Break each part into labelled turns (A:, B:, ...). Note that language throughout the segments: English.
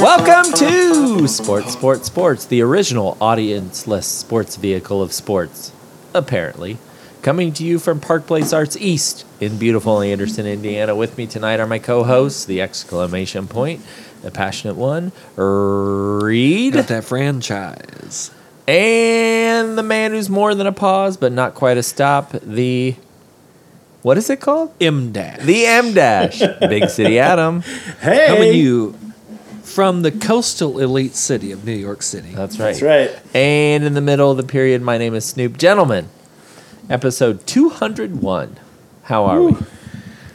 A: Welcome to Sports, Sports, Sports, the original audience-less sports vehicle of sports, apparently. Coming to you from Park Place Arts East in beautiful Anderson, Indiana. With me tonight are my co-hosts, the exclamation point, the passionate one, Reed,
B: Got that franchise.
A: and the man who's more than a pause but not quite a stop, the what is it called?
B: M Dad.
A: The M Dash, Big City Adam.
C: Hey,
B: Coming to you from the coastal elite city of New York City.
A: That's right.
C: That's right.
A: And in the middle of the period, my name is Snoop. Gentlemen, episode 201. How are we?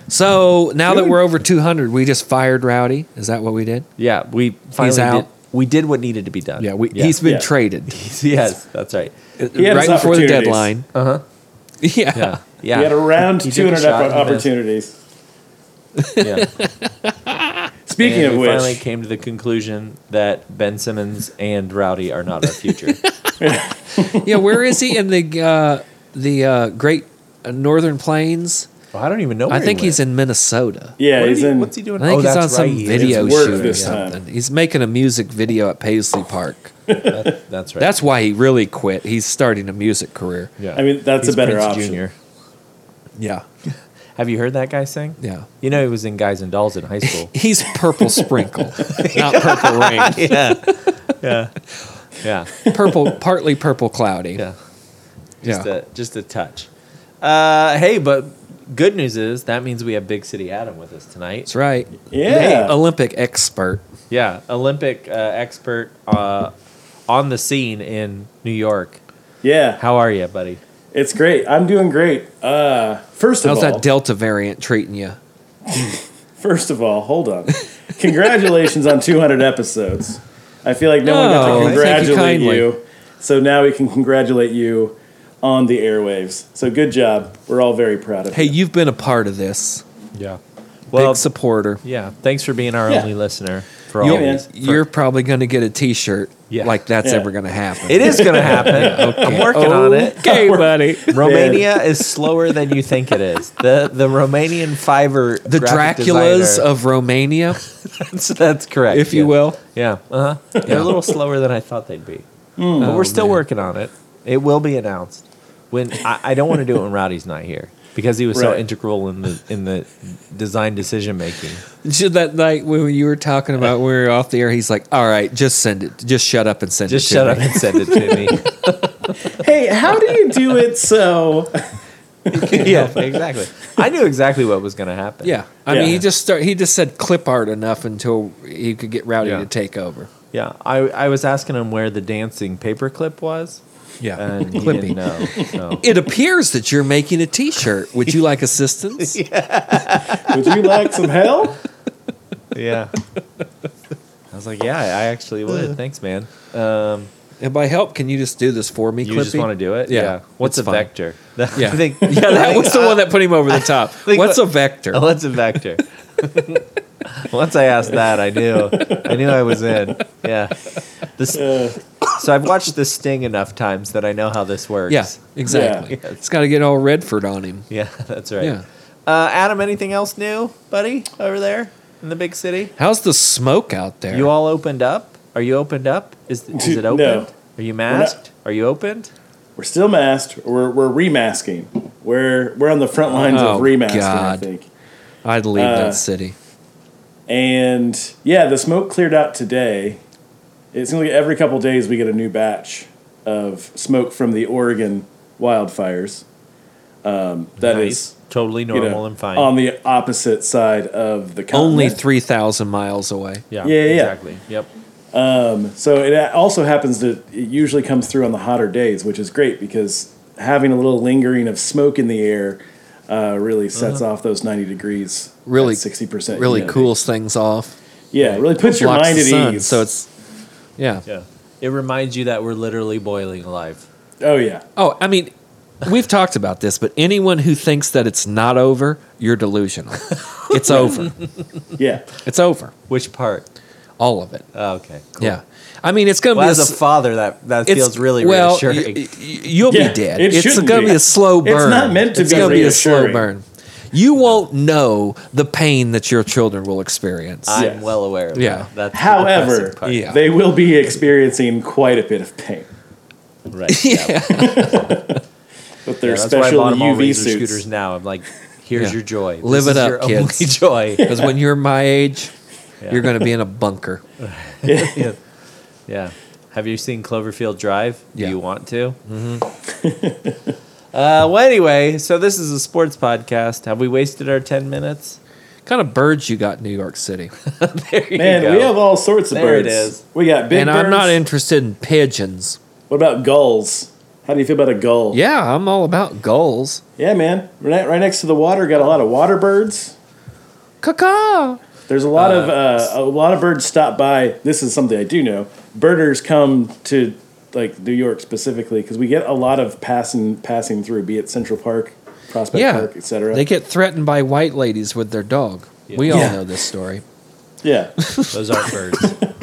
B: So now that we're over 200, we just fired Rowdy. Is that what we did?
A: Yeah, we finally
B: out.
A: did. We did what needed to be done.
B: Yeah, we, he's been
C: Yeah.
B: traded Uh,
A: yes, that's right.
B: right
C: had his
B: before the
C: opportunities.
B: deadline.
A: Uh huh.
B: Yeah.
A: Yeah, yeah.
C: We had around
A: He took a
C: 200
A: shot and
C: opp-
A: missed.
C: opportunities.
A: Yeah.
C: Speaking
A: And
C: of
A: we finally
C: which,
A: came to the conclusion that Ben Simmons and Rowdy are not our future.
B: Yeah, where is he in the uh, the uh, Great uh, Northern Plains?
A: well, I don't even know. Oh, Where
B: I think
A: he
B: he's
A: went.
B: in Minnesota.
C: yeah,
A: What did
C: he's
A: he-
C: in.
A: What's he doing?
B: I think
A: oh,
B: he's
A: that's
B: on some
A: right, he is.
B: video
C: It's work
B: shoot or
C: this time.
B: something. He's making a music video at Paisley Park.
A: Oh, That's right.
B: That's why he really quit. He's starting a music career.
A: yeah.
C: I mean, that's
A: He's
C: a better
A: Prince
C: option.
A: Junior.
B: Yeah.
A: Have you heard that guy sing?
B: Yeah.
A: You know, he was in Guys and Dolls in high school.
B: He's purple sprinkle, not purple rain.
A: yeah. Yeah. Yeah.
B: Purple, partly purple cloudy.
A: Yeah.
B: Yeah.
A: Just a just a touch. Uh, hey, but good news is that means we have Big City Adam with us tonight.
B: That's right.
C: Yeah.
A: oh.
B: Olympic expert.
A: Yeah, Olympic uh, expert uh, on the scene in New York.
C: yeah,
A: How are you, buddy?
C: it's great. I'm doing great. Uh, first of
B: How's
C: all,
B: that Delta variant treating you?
C: first of all, hold on. Congratulations on 200 episodes. I feel like no one
B: Oh,
C: got
B: thank
C: to
B: you
C: congratulate
B: kindly.
C: you, so now we can congratulate you on the airwaves. So good job. We're all very proud of
B: Hey,
C: you.
B: you've been a part of this.
A: Yeah. Well,
B: Big supporter.
A: yeah. Thanks for being our
C: Yeah.
A: only listener for all
B: You'll-
C: man.
A: these.
C: for-
B: You're probably going to get a T-shirt.
A: Yeah.
B: Like that's
C: Yeah.
B: ever going to happen.
A: It is going to happen. I'm working on it.
B: Okay, buddy.
A: Romania is slower than you think it is. The the Romanian fiver
B: The Draculas of Romania,
A: that's, that's correct.
B: if you
A: yeah.
B: will.
A: Yeah. Hmm. Oh, Uh-huh. They're a little slower than I thought they'd be. but we're still working on it. It will be announced. When I, I don't want to do it when Rowdy's not here because he was so
C: Right.
A: integral in the in the design decision making.
B: Should that night when you were talking about when we were off the air, he's like, "All right, just send it. Just shut up and send
A: Just
B: it."
A: shut up and send it to me.
C: Hey, how do you do it so?
A: yeah, exactly. I knew exactly what was going to happen.
B: Yeah, I mean,
C: Yeah.
B: he just start. He just said clip art enough until he could get Rowdy
A: Yeah.
B: to take over.
A: yeah. I I was asking him where the dancing paperclip was,
B: Yeah,
A: and he didn't
B: Clippy.
A: know. So.
B: It appears that you're making a T-shirt. Would you like assistance?
C: Would you like some help?
A: yeah. I was like, yeah, I actually would. Thanks, man.
B: And by help, can you just do this for me,
A: You
B: Clippy?
A: just want to do it?
B: Yeah,
A: What's
B: it's
A: a
B: fine.
A: vector? I
B: Yeah.
A: think,
B: yeah, that was the one that put him over the top.
A: think
B: What's
A: what-
B: a vector?
A: What's a vector? Once I asked that, I knew. I knew I was in. Yeah. This, so I've watched this sting enough times that I know how this works.
B: Yeah, exactly.
A: Yeah.
B: It's got to get all Redford on him.
A: Yeah, that's right.
B: Yeah.
A: Uh, Adam, anything else new, buddy, over there in the big city?
B: How's the smoke out there?
A: You all opened up? Are you opened up? Is, is it
C: No.
A: opened? Are you masked? Are you opened?
C: We're still masked. We're we're remasking. We're we're on the front lines
B: Oh,
C: of remasking, I
B: God.
C: think.
B: I'd leave
C: Uh,
B: that city.
C: And yeah, the smoke cleared out today. It's only every couple days we get a new batch of smoke from the Oregon wildfires. Um, that
A: Nice.
C: is
A: totally
C: you know, um,
A: normal and fine.
C: on the opposite side of the continent.
B: Only three thousand miles away.
A: yeah,
C: Yeah, yeah, yeah.
A: exactly. Yep.
C: So it also happens that it usually comes through on the hotter days, which is great because having a little lingering of smoke in the air uh, really sets
A: Uh-huh.
C: off those 90 degrees.
B: Really
C: sixty percent.
B: Really cools things off.
C: Yeah, really puts your
B: blocks
C: mind
B: the
C: at
B: sun,
C: ease.
B: So it's yeah.
A: Yeah. It reminds you that we're literally boiling alive.
C: oh yeah,
B: Oh, I mean, we've talked about this, but anyone who thinks that it's not over, you're delusional. it's over.
C: yeah.
B: It's over.
A: Which part?
B: All of it.
A: Oh, okay. Cool.
B: Yeah. I I mean, it's going to
A: Well,
B: be
A: as
B: s-
A: a father, that that
B: it's-
A: feels really
B: well,
A: reassuring.
B: y- y- you'll
C: Yeah,
B: be dead.
C: it
B: it's
C: shouldn't
B: going to
C: be.
B: be a slow
C: It's
B: burn.
C: not meant to
B: It's
C: be
B: gonna a slow
C: reassuring.
B: burn. You won't know the pain that your children will experience.
A: I'm
C: Yes.
A: well aware of
B: Yeah.
A: that. That's the
C: However,
A: depressing part.
B: Yeah.
C: they will be experiencing quite a bit of pain
A: right. Yeah.
C: with their
A: Yeah, that's why I
C: special
A: bought them all
C: UV
A: razor
C: suits.
A: scooters now. I'm like, here's
B: Yeah.
A: your joy. This
B: Live it
A: is
B: up,
A: your
B: kids.
A: only joy.
B: Because when you're my age,
A: Yeah.
B: you're going to be in a bunker.
A: yeah. yeah. Have you seen Cloverfield Drive?
B: Yeah. Mm-hmm.
A: Do you want to? Mm-hmm. uh, well, anyway, so this is a sports podcast. Have we wasted our 10 minutes?
B: kind of birds you got in New York City?
A: There you
C: Man,
A: go.
C: we have all sorts of
A: There it
C: birds.
A: is.
C: We got big
B: and
C: birds.
B: I'm not interested in pigeons.
C: What about gulls? How do you feel about a gull?
B: Yeah, I'm all about gulls.
C: Yeah, man. Right, right next to the water, got a lot of water birds.
B: Caca.
C: There's a lot of uh, a lot of birds stop by. This is something I do know. Birders come to like New York specifically because we get a lot of passing passing through, be it Central Park, Prospect
B: Yeah.
C: Park, etc.
B: They get threatened by white ladies with their dog. We all
C: Yeah.
B: know this story.
C: Yeah,
A: Those aren't birds.
C: but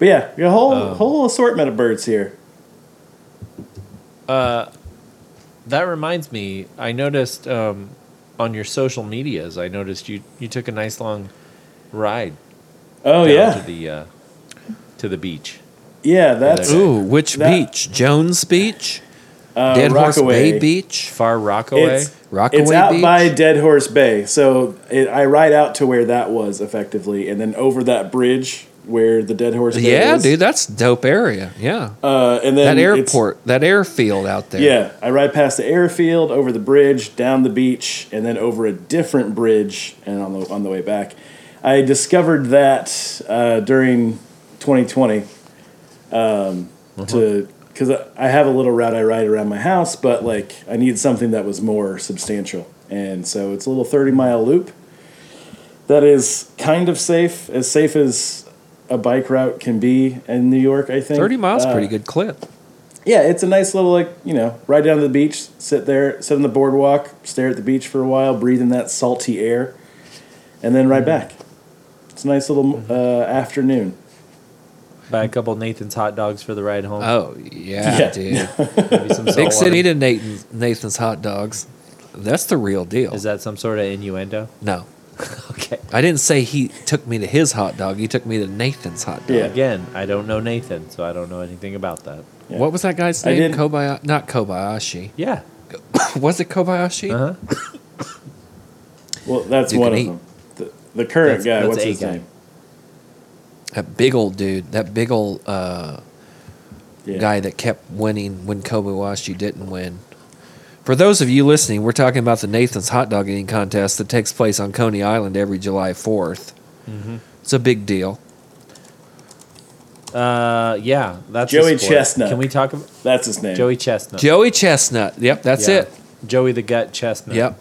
C: yeah, we got a whole
B: Oh.
C: whole assortment of birds here.
A: that reminds me, I noticed um, on your social medias, I noticed you, you took a nice long ride
C: Oh
A: down
C: yeah,
A: to, the, uh, to the beach.
C: yeah. That's
B: Ooh, which
C: That-
B: beach? Jones Beach?
C: uh,
B: Dead Horse
C: Rockaway.
B: Bay Beach?
A: Far Rockaway.
C: It's,
B: Rockaway
C: it's out
B: Beach?
C: by Dead Horse Bay. So it, I ride out to where that was effectively, and then over that bridge where the Dead Horse Bay
B: Yeah,
C: is.
B: dude, that's dope area. Yeah.
C: Uh, and then
B: that
C: it's-
B: airport, that airfield out there.
C: Yeah, I ride past the airfield, over the bridge, down the beach, and then over a different bridge, and on the on the way back, I discovered that uh, during 2020, um,
B: Uh-huh.
C: to because I I have a little route I ride around my house, but like I needed something that was more substantial, and so it's a little 30 mile loop that is kind of safe, as safe as a bike route can be in New York. I think
B: 30 miles,
C: Uh,
B: pretty good clip.
C: yeah, it's a nice little like you know, ride down to the beach, sit there, sit on the boardwalk, stare at the beach for a while, breathe in that salty air, and then
A: Mm-hmm.
C: ride back. It's a nice little uh, afternoon.
A: Buy a couple Nathan's hot dogs for the ride home.
B: Oh, yeah,
C: Yeah.
B: dude.
A: Maybe some
B: Big
A: salt water.
B: City to Nathan, Nathan's hot dogs. That's the real deal.
A: Is that some sort of innuendo?
B: no.
A: Okay.
B: I didn't say he took me to his hot dog. He took me to Nathan's hot dog.
C: Yeah.
A: Again, I don't know Nathan, so I don't know anything about that.
C: Yeah.
B: What was that guy's
C: I
B: name?
C: didn't-
B: Kobayashi. Not Kobayashi.
A: Yeah.
B: was it Kobayashi?
C: Uh,
A: Uh-huh.
C: Well, that's
B: You
C: one
B: can
C: of
B: eat.
C: them. The, the
A: That's-
C: current guy,
A: that's
C: what's
A: a
C: his
A: guy.
C: name?
B: That big old dude. That big old uh,
C: Yeah.
B: guy that kept winning when Kobayashi didn't win. For those of you listening, we're talking about the Nathan's hot dog eating contest that takes place on Coney Island every July 4th. It's a big deal.
A: Uh, yeah. That's a
C: Joey
A: sport.
C: Chestnut.
A: Can we talk about
C: That's his name.
A: Joey Chestnut?
B: Joey Chestnut. Yep, that's
A: Yeah.
B: it.
A: Joey the Gut Chestnut.
B: Yep.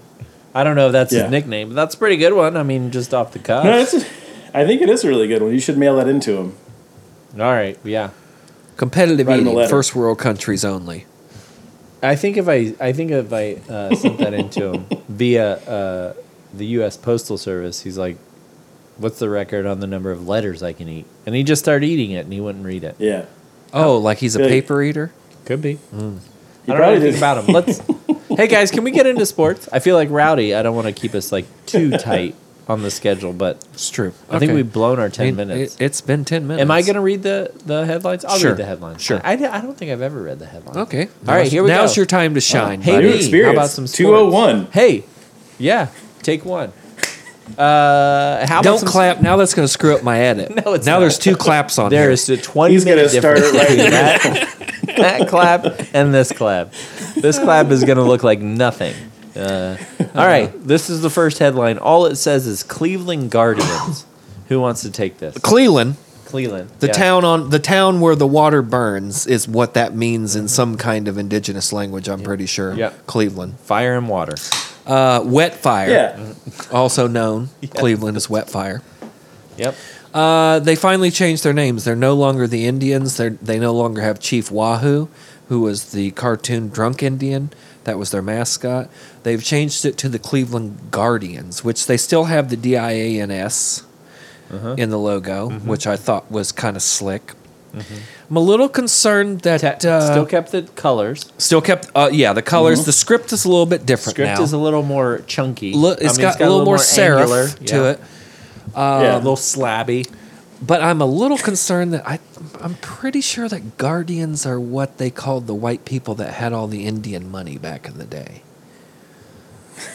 A: I don't know if that's
C: Yeah.
A: his nickname, but that's a pretty good one. I mean, just off the cuff.
C: No, that's a, I think it is a really good one. You should mail that into him.
A: All right. Yeah.
B: Competitive
C: Write him a
B: eating,
C: letter.
B: first world countries only.
A: I think if I, I think if I uh, sent that into him via uh, the U.S. Postal Service, he's like, "What's the record on the number of letters I can eat?" And he just started eating it, and he wouldn't read it.
C: Yeah,
B: Oh, like he's a
C: Big.
B: paper eater?
A: Could be.
C: He
A: I don't know
C: probably
A: anything
C: did.
A: about him. Let's. hey guys, can we get into sports? I feel like rowdy. I don't want to keep us like too tight on the schedule, but
B: It's true.
A: I think
B: Okay.
A: we've blown our ten
B: I mean,
A: minutes.
B: It, has been 10 minutes.
A: Am I going to read the the headlines? I'll
B: Sure.
A: read the headlines.
B: Sure.
A: I, I don't think I've ever read the headlines.
B: Okay.
A: All right,
B: Now's-
A: here we go.
B: Now's your time to shine.
A: Hey,
B: buddy.
C: New
A: me.
C: experience.
A: How about some sports?
C: 201.
A: Hey, yeah, take one. Uh, how about
B: Don't
A: some-
B: clap. Now that's going to screw up my edit.
A: No, it's
B: now
A: not.
B: there's two claps on
A: There
B: here.
A: is a twenty.
C: He's gonna
A: minute
C: start
A: difference
C: right
A: between
C: now.
A: that, that clap and this clap. This clap is gonna look like nothing. Uh, all right, this is the first headline. All it says is Cleveland Guardians. Who wants to take this?
B: Cleveland,
A: Cleveland,
B: the
A: yeah.
B: town on the town where the water burns is what that means in some kind of indigenous language. I'm pretty sure.
A: Yeah.
B: Cleveland,
A: fire and water.
B: uh, wet fire,
C: Yeah,
B: also known Cleveland is wet fire.
A: Yep.
B: Uh, they finally changed their names. They're no longer the Indians. They they no longer have Chief Wahoo, who was the cartoon drunk Indian. That was their mascot. They've changed it to the Cleveland Guardians, which they still have
A: Uh-huh. Mm-hmm.
B: the D I A N S in the logo, which I thought was kind of slick. I'm a little concerned that uh,
A: Still kept the colors.
B: Still kept, uh, yeah, the colors. The script is a little bit different
A: Mm-hmm. Script
B: now.
A: is a little more chunky.
B: Look,
A: I mean,
B: it's got, a little more serif
A: angular,
B: to
A: yeah.
B: it,
A: yeah, a
C: yeah.
A: little slabby.
B: but I'm a little concerned that I, I'm pretty sure that Guardians are what they called the white people that had all the Indian money back in the day.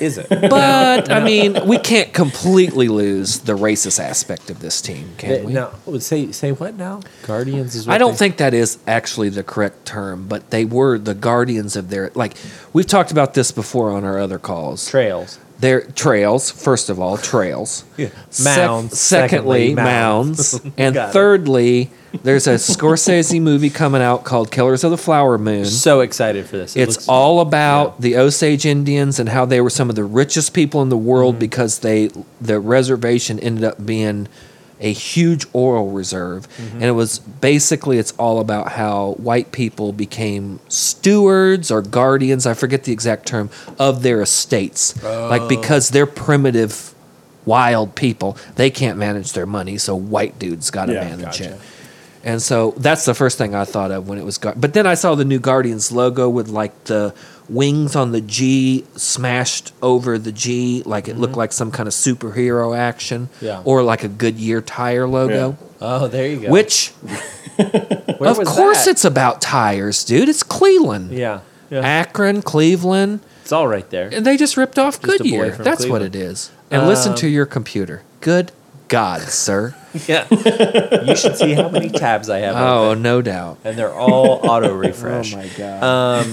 A: Is it?
B: But I mean, we can't completely lose the racist aspect of this team, can we?
A: no. Say say what now? Guardians is. What
B: I don't
A: they-
B: think that is actually the correct term, but they were the guardians of their like. We've talked about this before on our other calls.
A: trails.
B: Their trails, first of all, trails.
A: Yeah.
B: Sec-
A: Mounds,
B: secondly,
A: secondly, mounds.
B: mounds. and
A: Got it.
B: thirdly, there's a Scorsese movie coming out called Killers of the Flower Moon.
A: So excited for this. It
B: It's
A: looks-
B: all about the Osage Indians and how they were some of the richest people in the world
A: Mm-hmm.
B: because they the reservation ended up being a huge oil reserve,
A: Mm-hmm.
B: and it was basically it's all about how white people became stewards or guardians. I forget the exact term of their estates,
A: Oh.
B: like because they're primitive, wild people. They can't manage their money, so white dudes got to
C: Yeah,
B: manage
A: gotcha.
B: it. And so that's the first thing I thought of when it was. Gar- but then I saw the new Guardians logo with like the wings on the G smashed over the G, like it looked like some kind of superhero action,
A: Mm-hmm. Yeah.
B: or like a Goodyear tire logo.
A: Oh, there you go.
B: Which,
A: Where
B: of
A: was
B: course,
A: that?
B: it's about tires, dude. It's Cleveland,
A: yeah. yeah.
B: Akron, Cleveland,
A: It's all right there.
B: and they just ripped off
A: Just a boy
B: Goodyear.
A: from
B: That's what
A: Cleveland. Um,
B: it is. And listen to your computer. Good God, sir!
A: Yeah. you should see how many tabs I have.
B: oh, no doubt.
A: And they're all auto refresh.
C: Oh my god.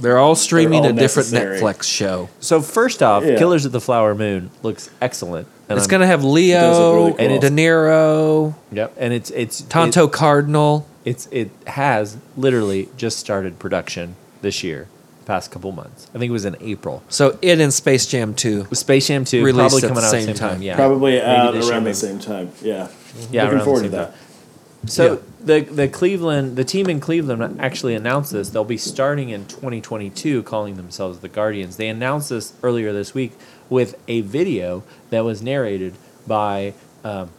B: They're all streaming
C: all
B: a different
C: necessary.
B: Netflix show.
A: So first off,
C: Yeah.
A: Killers of the Flower Moon looks excellent. And
B: it's
A: I'm-
B: going to have
C: does
B: Leo,
C: look really cool.
B: and De Niro,
A: Yep. And it's it's
B: Tonto Cardinal.
A: It, it's it has literally just started production this year, the past couple months. I think it was in April.
B: So it and Space Jam 2.
A: With Space Jam Two
B: Released
A: probably
B: at
A: coming out
B: the
A: at the
B: same
A: same time.
B: time.
A: Yeah.
C: Probably
A: Maybe
C: out
A: this year,
C: around the
A: maybe-
C: same time. Yeah.
A: Yeah, around
C: Looking
A: the
C: forward to
A: same
C: that.
A: time. So the the Cleveland the team in Cleveland actually announced this. They'll be starting in 2022, calling themselves the Guardians. They announced this earlier this week with a video that was narrated by um,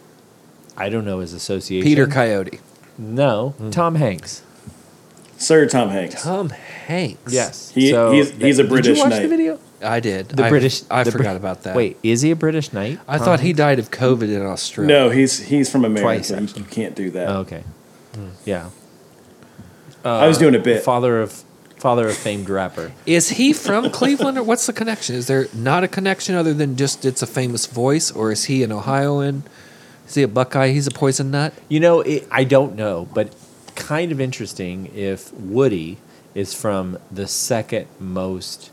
A: I don't know his association.
B: Peter Hmm. Coyote.
A: No, Tom Hanks.
C: Sir Tom Hanks.
B: Tom Hanks.
A: Yes,
C: He- he's-
A: they-
C: he's a
A: Did
C: British
A: you watch the
C: knight.
A: video?
B: I did.
A: The
B: I,
A: British.
B: I
A: the Brit-
B: forgot about that.
A: Wait, is he a British knight?
B: I
A: Tom
B: thought he
A: Hanks?
B: died of COVID in Australia.
C: No, he's he's from America.
A: Twice,
C: You-
A: actually.
C: you can't do that.
A: Oh, okay.
B: Hmm.
A: Yeah.
C: I was doing a bit.
A: Father of father of famed rapper.
B: Is he from Cleveland or what's the connection? Is there not a connection other than just it's a famous voice or is he an Ohioan? Is he a Buckeye? He's a poison nut?
A: You know, it, I don't know, but kind of interesting if Woody is from the second most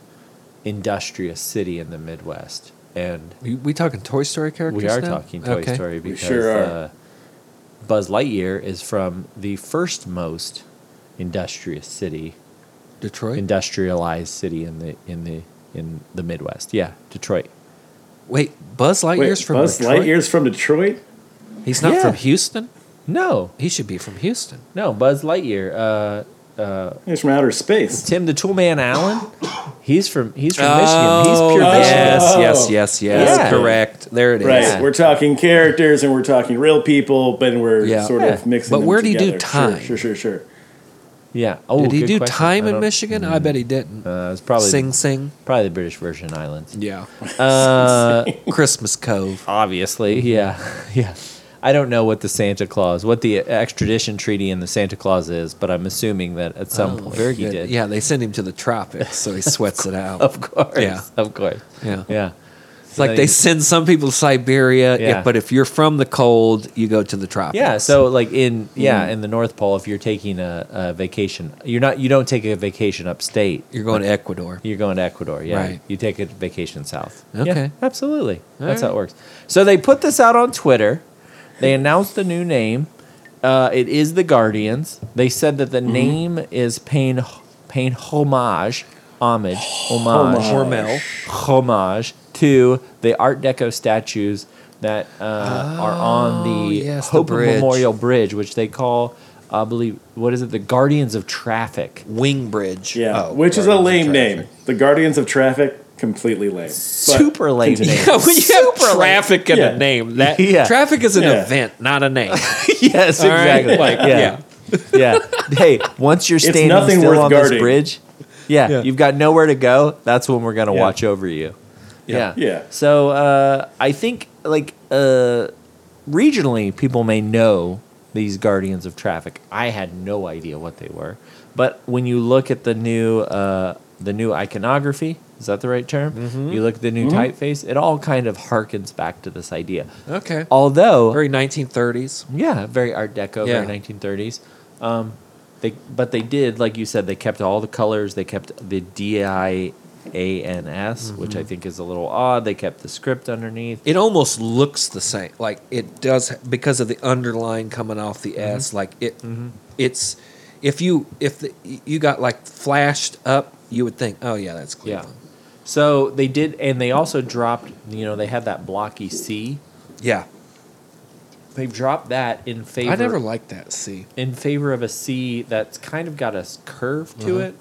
A: industrious city in the Midwest, and
B: We, we talking Toy Story characters?
A: we are
B: now?
A: talking Toy
B: Okay.
A: Story
C: We
A: because
C: sure are.
A: uh, Buzz Lightyear is from the first most industrious city,
B: Detroit.
A: industrialized city in the in the in the Midwest. Yeah, Detroit.
B: Wait, Buzz
C: Wait,
B: Lightyear's from
C: Buzz
B: Detroit?
C: Lightyear's from Detroit.
B: He's not
A: Yeah.
B: from Houston.
A: No,
B: He should be from Houston.
A: no, Buzz Lightyear. Uh,
C: He's from outer space.
A: Tim the Toolman Allen. He's from he's from Michigan. He's
B: Oh,
A: pure Michigan.
B: Yes, yes, yes, yes.
A: Yeah.
B: Correct. There it is.
C: Right.
A: Yeah.
C: We're talking characters and we're talking real people, but we're
B: Yeah.
C: sort
A: Yeah.
C: of mixing.
B: But
C: them
B: where did he do
C: together.
B: time?
C: Sure, sure, sure. sure.
A: Yeah. Oh,
B: Did he
A: good
B: do
A: question.
B: time
A: I
B: in
A: don't-
B: Michigan? I bet he didn't.
A: Uh, it's probably
B: Sing Sing.
A: probably the British Virgin Islands.
B: Yeah.
A: Uh,
B: Christmas Cove.
A: obviously, yeah, yeah. Mm-hmm. I don't know what the Santa Claus, what the extradition treaty in the Santa Claus is, but I'm assuming that at
B: Oh,
A: some point Berge
B: Yeah,
A: did.
B: Yeah, they send him to the tropics, so he sweats it out.
A: of course.
B: Yeah.
A: of course.
B: Yeah.
A: yeah.
B: It's like they send some people to Siberia, yeah.
A: Yeah.
B: but if you're from the cold, you go to the tropics.
A: Yeah, so like in
B: Mm.
A: yeah in the North Pole, if you're taking a, a vacation, you're not you don't take a vacation upstate.
B: you're going to Ecuador.
A: You're going to Ecuador, yeah.
B: Right.
A: You take a vacation south.
B: Okay.
A: Yeah, absolutely. That's
B: right.
A: how it works. So they put this out on Twitter. They announced the new name. Uh, it is the Guardians. They said that the
B: Mm-hmm.
A: name is paying paying homage, homage, homage,
B: Hormel.
A: homage to the Art Deco statues that uh, are on the
B: Oh, yes, the
A: Hope
B: bridge.
A: Memorial Bridge, which they call, I believe, what is it? The Guardians of Traffic.
B: Wing Bridge.
C: Yeah,
B: Oh,
C: which is a
B: Guardians of
C: lame
B: Traffic.
C: name. The Guardians of Traffic, completely lame. But
A: Super lame
C: continue.
A: name.
B: when you
A: Super
B: have traffic in
C: Yeah.
B: a name, that
A: Yeah.
B: traffic is an
C: Yeah.
B: event, not a name.
A: yes,
B: All right?
A: exactly.
B: Like, yeah.
A: Yeah. Hey, once you're standing
C: nothing
A: still
C: worth
A: on
C: guarding.
A: this bridge, yeah,
B: Yeah.
A: you've got nowhere to go. That's when we're gonna
C: Yeah.
A: watch over you. Yeah.
C: Yeah.
A: So uh, I think like uh, regionally, people may know these guardians of traffic. I had no idea what they were, but when you look at the new uh, the new iconography, is that the right term? You look at the new typeface. It all kind of harkens back to this idea.
B: Okay.
A: Although
B: Very 1930s.
A: yeah, very Art Deco,
B: Yeah.
A: very 1930s. Um, they, but they did, like you said, they kept all the colors. They kept the D I A N S,
B: Mm-hmm.
A: which I think is a little odd. They kept the script underneath.
B: It almost looks the same. Like it does because of the underline coming off the S.
A: Mm-hmm.
B: Like it, it's if you if the, you got like flashed up, you would think, oh yeah, that's
A: Yeah.
B: Cleveland.
A: So they did, and they also dropped. You know, they had that blocky C.
B: Yeah.
A: They've dropped that in favor.
B: I never liked that C.
A: in favor of a C that's kind of got a s- curve to it.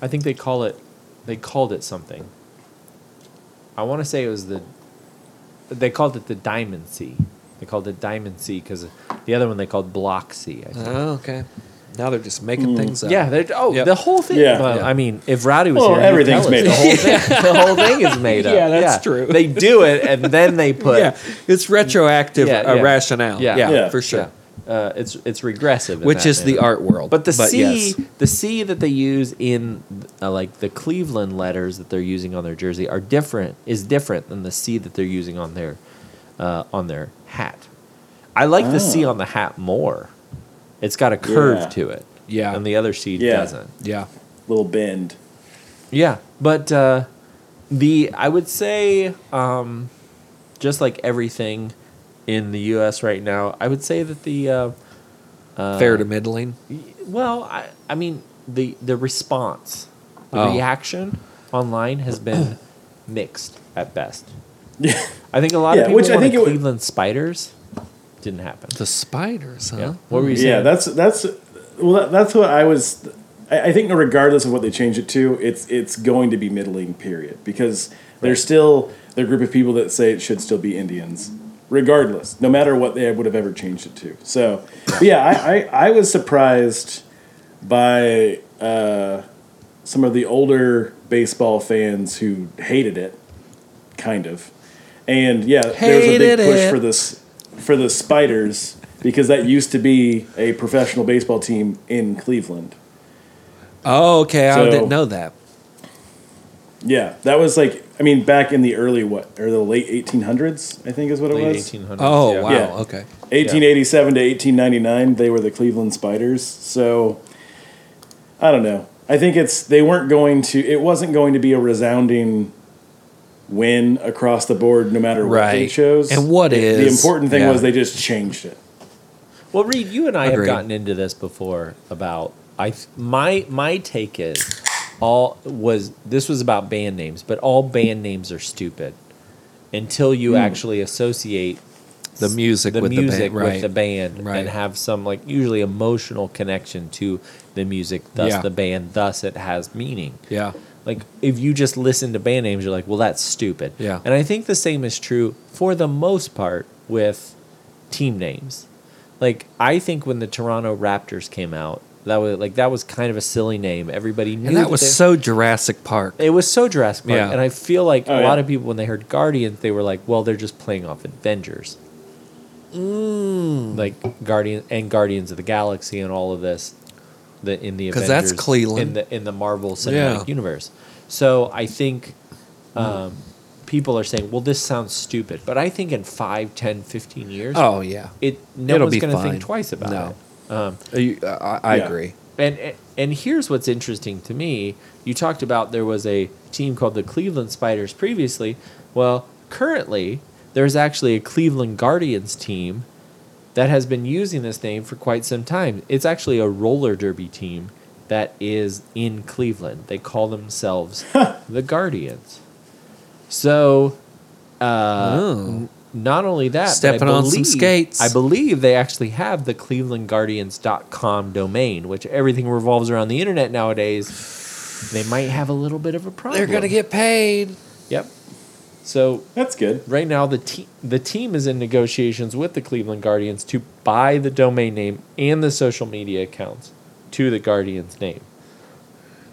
A: I think they call it they called it something. I want to say it was the they called it the diamond C. They called it diamond C because the other one they called block C. I think.
B: Oh, okay. Now they're just making things up.
A: Mm. yeah, they're, oh,
B: Yep.
A: the whole thing.
C: Yeah.
A: Well,
B: Yeah.
A: I mean, if Rowdy was
C: Well,
A: here, he'd
C: everything's
A: tell us
C: made
A: the
C: up.
A: whole thing. the whole thing is made up.
B: Yeah, that's true.
A: They do it, and then they put.
B: yeah. It's retroactive
A: Yeah,
B: uh,
A: yeah.
B: rationale.
A: Yeah.
B: Yeah,
C: Yeah.
B: for sure.
A: yeah. Uh, it's it's regressive, in
B: Which
A: that
B: is the
A: manner.
B: art world.
A: But the C,
B: yes.
A: the C that they use in uh, like the Cleveland letters that they're using on their jersey are different. Is different than the C that they're using on their uh, on their hat. I like the C
C: Oh.
A: on the hat more. It's got a curve
C: Yeah.
A: to it.
B: Yeah.
A: and the other C
C: Yeah.
A: doesn't.
B: Yeah.
C: Little bend.
A: Yeah, but uh, the I would say um, just like everything in the U.S. right now, I would say that the uh,
B: Fair to middling.
A: Well, I, I mean the the response, the
B: Oh.
A: reaction online has been mixed at best.
C: Yeah.
A: I think a lot
C: Yeah,
A: of people
C: which I
A: wanted
C: think it would-
A: Cleveland Spiders didn't happen.
B: The spiders, huh?
A: yeah. What were you saying?
C: Yeah, that's that's well, that, that's what I was. I, I think regardless of what they change it to, it's it's going to be middling period because there's still the group of people that say it should still be Indians, regardless, no matter what they would have ever changed it to. So, but yeah, I, I I was surprised by uh, some of the older baseball fans who hated it, kind of, and yeah, there was a
B: Hated
C: big push
B: it.
C: for this for the Spiders because that used to be a professional baseball team in Cleveland.
B: Oh, okay. I
C: So-
B: didn't know that.
C: Yeah, that was like I mean back in the early what or the late 1800s I think is what it
A: late
C: was.
A: 1800s.
B: Oh,
A: yeah.
B: wow.
C: Yeah.
B: Okay.
C: 1887 to 1899 they were the Cleveland Spiders. So I don't know. I think it's they weren't going to it wasn't going to be a resounding win across the board no matter what they
B: Right.
C: chose.
B: And what
C: the, the
B: is-
C: important thing
B: yeah.
C: was they just changed it.
A: Well, Reed, you and I
B: Agreed.
A: have gotten into this before about I my my take is all was this was about band names, but all band names are stupid until you
C: Hmm.
A: actually associate
B: The music
A: the
B: with
A: music
B: the band. Right.
A: with the band
B: Right.
A: and have some like usually emotional connection to the music, thus
B: Yeah.
A: the band, thus it has meaning.
B: Yeah.
A: Like if you just listen to band names, you're like, well, that's stupid.
B: Yeah.
A: And I think the same is true for the most part with team names. Like I think when the Toronto Raptors came out, that was like that was kind of a silly name. Everybody knew
B: And that was
A: they-
B: so Jurassic Park.
A: it was so Jurassic Park,
B: Yeah.
A: and I feel like
C: Oh,
A: a lot
C: yeah.
A: of people when they heard Guardians, they were like, "Well, they're just playing off Avengers."
B: Mm.
A: Like Guardian and Guardians of the Galaxy and all of this, the in the
B: 'Cause
A: Avengers
B: that's Cleveland.
A: in the in the Marvel Cinematic
B: Yeah. Hmm.
A: Universe. So I think um, people are saying, "Well, this sounds stupid," but I think in 5, 10, 15 years,
B: Oh, yeah.
A: it no
B: It'll
A: one's
B: be
A: going to
B: fine.
A: think twice about
B: No.
A: it.
B: Uh, you- I, I
C: Yeah.
B: agree.
A: And and here's what's interesting to me. You talked about there was a team called the Cleveland Spiders previously. Well, currently there's actually a Cleveland Guardians team that has been using this name for quite some time. It's actually a roller derby team that is in Cleveland. They call themselves the Guardians. So
B: oh.
A: not only that, but I
B: Stepping on some
A: believe-
B: skates.
A: I believe they actually have the clevelandguardians.com domain, which everything revolves around the internet
B: Uh,
A: nowadays. They might have a little bit of a problem.
B: They're going to get paid.
A: Yep. So
C: That's good.
A: right now the te- the team is in negotiations with the Cleveland Guardians to buy the domain name and the social media accounts to the Guardians name.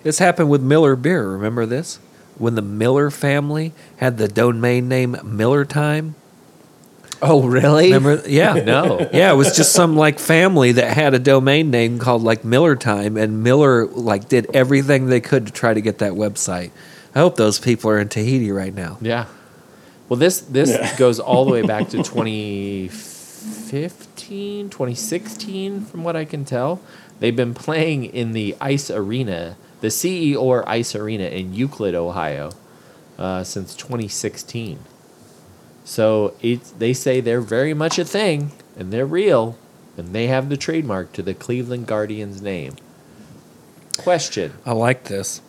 B: This happened with Miller Beer. Remember this? When the Miller family had the domain name Miller Time.
A: Oh, really?
B: Remember? Yeah.
A: No.
B: Yeah, it was just some like family that had a domain name called like Miller Time, and Miller like did everything they could to try to get that website. I hope those people are in Tahiti right now.
A: Yeah. Well, this this
C: Yeah.
A: goes all the way back to 2015, 2016, from what I can tell. They've been playing in the Ice Arena, the CEOR Ice Arena in Euclid, Ohio, uh, since 2016. So it's, they say they're very much a thing, and they're real, and they have the trademark to the Cleveland Guardians name. Question
B: I like this.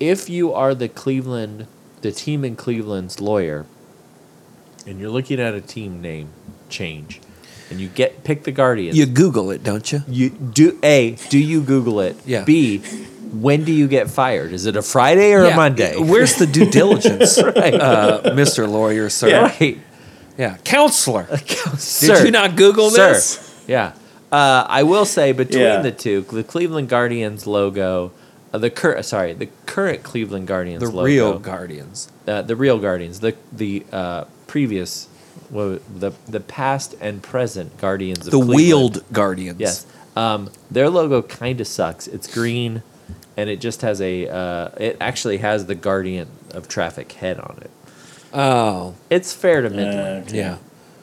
A: if you are the Cleveland, the team in Cleveland's lawyer, and you're looking at a team name change, and you get pick the Guardians,
B: You Google it, don't you?
A: you do a do you Google it?
B: Yeah.
A: B, when do you get fired? Is it a Friday or
B: Yeah.
A: a Monday?
B: Where's the due diligence,
A: Right.
B: uh, Mr. Lawyer, sir?
C: Yeah.
A: right, oh,
B: Yeah. Counselor.
A: sir.
B: Did you not Google
A: sir.
B: this?
A: Yeah. Uh, I will say between
C: Yeah.
A: the two, the Cleveland Guardians logo, uh, the current sorry, the current Cleveland Guardians
B: The
A: logo,
B: real Guardians.
A: uh, the real Guardians, the the uh, previous, wha- the the past and present Guardians of
B: The
A: Cleveland.
B: wheeled Guardians.
A: Yes, um, their logo kind of sucks. It's green, and it just has a. Uh, it actually has the Guardian of Traffic head on it.
B: Oh,
A: It's fair to
C: Uh,
A: Midland.
C: okay.
B: yeah.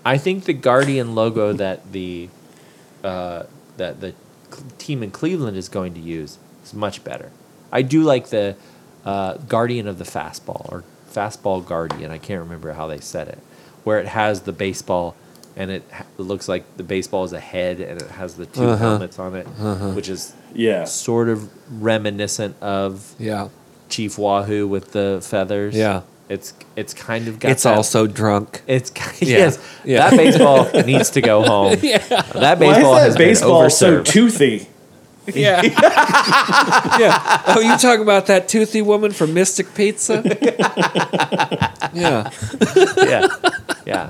A: I think the Guardian logo that the uh, that the cl- team in Cleveland is going to use is much better. I do like the uh, Guardian of the fastball or fastball Guardian. I can't remember how they said it, where it has the baseball and it, ha- it looks like the baseball is a head and it has the 2
B: Uh-huh.
A: helmets on it, which is
C: Yeah.
A: sort of reminiscent of
B: Yeah.
A: Chief Wahoo with the feathers.
B: Yeah.
A: it's it's kind of got
B: it's
A: that-
B: also drunk.
A: it's
B: Yeah.
A: yes.
B: Yeah.
A: That baseball needs to go home. That baseball
C: Why is
A: has
C: that baseball
A: been
C: so
A: overserved.
C: toothy?
B: Yeah. yeah. Oh, you talking about that toothy woman from Mystic Pizza? yeah.
A: yeah, yeah.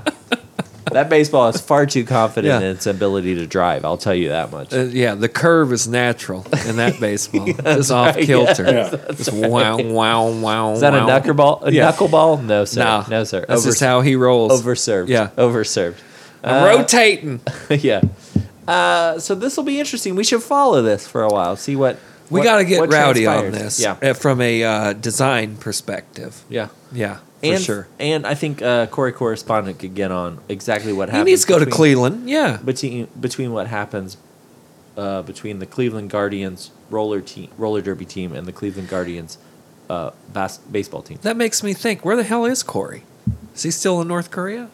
A: That baseball is far too confident
B: Yeah.
A: in its ability to drive. I'll tell you that much.
B: Uh, yeah, the curve is natural in that baseball. it's off kilter.
C: Yeah.
B: It's wow, wow, wow.
A: is that
B: wow.
A: a knuckleball? A
B: Yeah.
A: knuckleball? No sir.
B: Nah.
A: No sir.
B: That's
A: Over, uh,
B: just how he rolls.
A: overserved.
B: Yeah.
A: Overserved.
B: I'm rotating.
A: yeah. Uh, so this will be interesting. We should follow this for a while. See what
B: We
A: what-
B: got to get
A: what
B: rowdy on
A: transpires.
B: this
A: Yeah.
B: uh, from a uh, design perspective.
A: Yeah.
B: Yeah, for
A: And
B: sure.
A: and I think uh, Corey correspondent could get on exactly what
B: He
A: happened.
B: needs to go to
A: between-
B: Cleveland. Yeah.
A: between between what happens uh, between the Cleveland Guardians roller team, roller derby team, and the Cleveland Guardians uh, bas- baseball team.
B: That makes me think where the hell is Corey? Is he still in North Korea?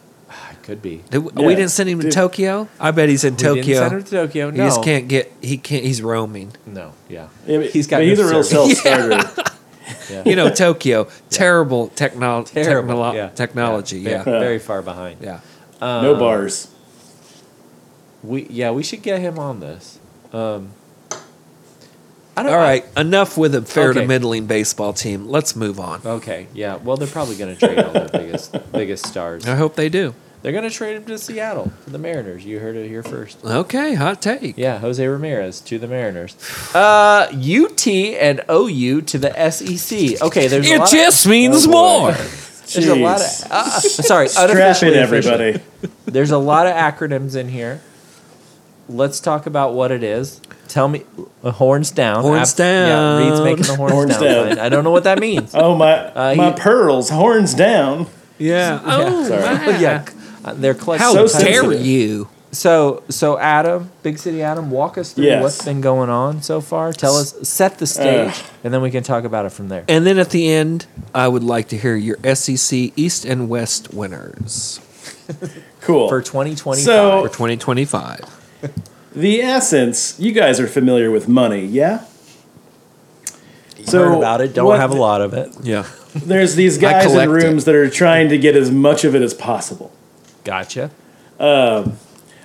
A: That could be.
B: Did we,
C: Yeah.
B: we didn't send him to
C: Did-
B: Tokyo. I bet he's in
A: We didn't
B: Tokyo.
A: send her to Tokyo.
B: He
A: no.
B: just can't get. He can't. He's roaming.
A: No. Yeah.
C: Yeah, but-
A: he's got.
C: but
A: no
C: he's a real
A: service.
C: self starter.
A: Yeah.
B: You know, Tokyo. Terrible technol-
A: Terrible.
B: technolo-
A: yeah.
B: technology.
A: Yeah.
B: Yeah.
A: Very, very far behind.
B: Yeah.
A: Uh,
C: no bars.
A: We yeah we should get him on this. Um, I don't.
B: All right. Enough with a fair to
A: Okay.
B: middling baseball team. Let's move on.
A: okay. Yeah. Well, they're probably going to trade all their biggest biggest stars.
B: I hope they do.
A: They're going to trade him to Seattle to the Mariners. You heard it here first.
B: Okay. Hot take.
A: Yeah, Jose Ramirez to the Mariners. Uh, UT and OU to the SEC. Okay, there's a
B: It
A: lot
B: just
A: of,
B: means
C: Oh, boy.
B: more.
A: there's a lot
C: Jeez.
A: of uh, uh, sorry,
C: Strap
A: unofficially
C: in,
A: officially.
C: everybody.
A: There's a lot of acronyms in here. Let's talk about what it is. Tell me, uh, horns down.
B: Horns
A: Yeah, Reed's
B: down.
A: making the horns,
C: Horns
A: down.
C: down.
A: sign. I don't know what that means.
C: Oh my,
A: Uh, he-
C: my pearls, horns down.
B: Yeah. Oh,
C: Sorry.
B: my.
A: yeah, uh, they're clutch.
B: How
C: So
B: dare
C: sensitive.
B: you?
A: So, so Adam, Big City Adam, walk us through
C: Yes.
A: what's been going on so far. Tell us, set the stage, and then we can talk about it from there.
B: And then at the end, I would like to hear your SEC East and West winners
C: Cool.
A: For 2025,
B: for
C: So-
B: 2025.
C: the essence, you guys are familiar with money, yeah?
A: heard about it. Don't
C: what-
A: have a lot of it.
B: Yeah.
C: There's these guys in
B: collect it.
C: rooms that are trying to get as much of it as possible.
A: Gotcha.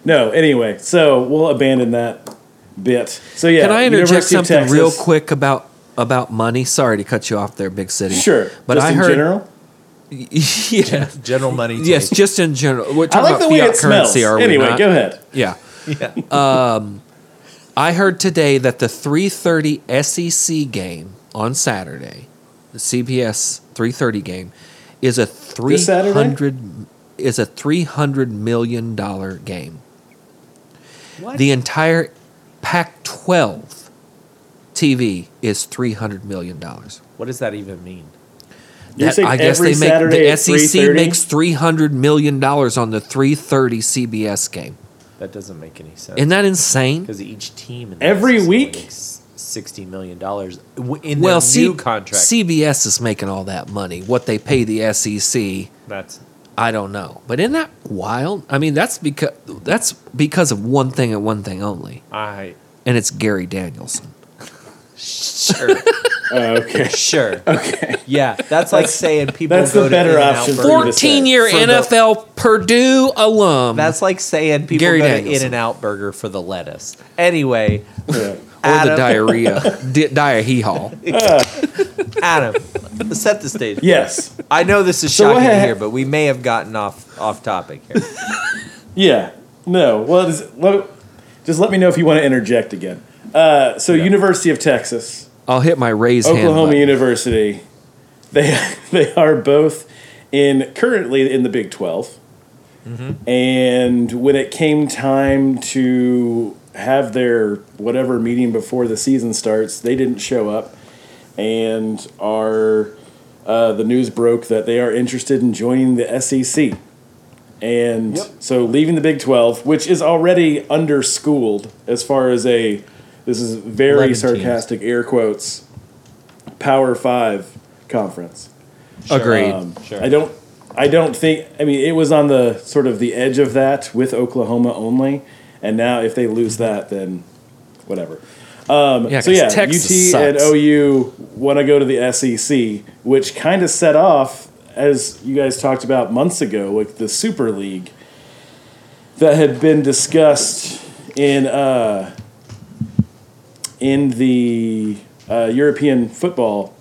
C: No, anyway, so we'll abandon that bit. So yeah,
B: Can I interject
C: University of
B: something
C: Texas-
B: real quick about about money? Sorry to cut you off there, big city.
C: Sure,
B: but
C: just
B: I
C: in
B: heard
C: general.
B: yeah.
A: General money. Tank.
B: Yes, just in general. We're
C: I
B: talking
C: like
B: about
C: the way
B: fiat
C: it smells.
B: currency, are we
C: Anyway,
B: not?
C: go ahead.
B: Yeah. Um,
A: Yeah.
B: I heard today that the 3:30 SEC E game on Saturday, the CBS 3:30 game, is a
C: This Saturday?
B: 300 is a 300 million dollar game.
A: What?
B: The entire Pac-12 TV is 300 million dollars.
A: what does that even mean?
C: You're
B: That-
C: saying every Saturday
B: the
C: at
B: SEC
C: 3:30?
B: makes 300 million dollars on the 3:30 CBS game.
A: That doesn't make any sense.
B: Isn't that insane?
A: because each team in the
C: Every
A: SEC
C: week?
A: makes sixty million dollars in their
B: Well, C-
A: new contract.
B: CBS is making all that money. What they pay the SEC
A: That's
B: I don't know. But isn't that wild? I mean, that's because that's because of one thing and one thing only,
A: I
B: and it's Gary Danielson.
A: sure
C: Oh, okay.
A: sure okay yeah. That's like saying people.
C: that's
A: go
C: the
A: to
C: better
A: In-N-Out
C: option for
A: Burger.
C: you to say.
B: Fourteen-year
A: For the-
B: NFL Purdue alum.
A: That's like saying people
B: Gary
A: go to
B: Danielson.
A: In and Out Burger for the lettuce. Anyway,
C: Yeah.
B: or
A: Adam,
B: the diarrhea, di- diarrhea hall.
A: Adam, set the stage.
C: Yes.
A: I know this is
C: So
A: shocking
C: what
A: to
C: ha-
A: hear, but we may have gotten off off topic here.
C: Yeah. No. Well, it is- well, just let me know if you want to interject again. Uh, so, University of Texas,
B: I'll hit my raise
C: Oklahoma
B: hand.
C: University, they they are both in currently in the Big 12 And when it came time to have their whatever meeting before the season starts, they didn't show up, and are uh, the news broke that they are interested in joining the SEC. And so leaving the Big 12, which is already underschooled as far as a, this is
A: 11
C: very
A: teams.
C: sarcastic air quotes, Power Five conference.
B: bud. Agreed.
C: Um,
A: Sure.
C: I don't. I don't think. I mean, it was on the sort of the edge of that with Oklahoma only, and now if they lose that, then whatever.
B: yeah,
C: So
B: 'cause
C: yeah,
B: Texas
C: UT and E
B: sucks.
C: OU want to go to the SEC, which kind of set off as you guys talked about months ago, like the Super League that had been discussed in uh, in the uh, European football,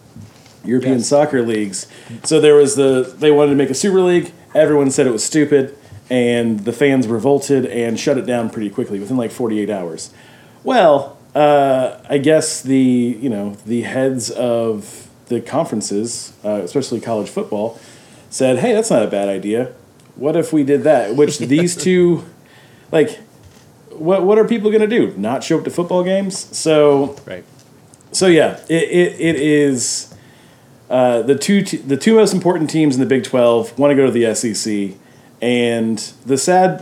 C: European
A: Yes.
C: soccer leagues. So there was the they wanted to make a Super League. Everyone said it was stupid, and the fans revolted and shut it down pretty quickly within like 48 hours. Well, uh, I guess the you know the heads of the conferences, uh, especially college football, said, "Hey, that's not a bad idea. What if we did that?" Which these two, like, what what are people gonna do? Not show up to football games? So
A: Right.
C: so yeah, it it, it is. Uh, the two t- the two most important teams in the Big Twelve want to go to the SEC, and the sad,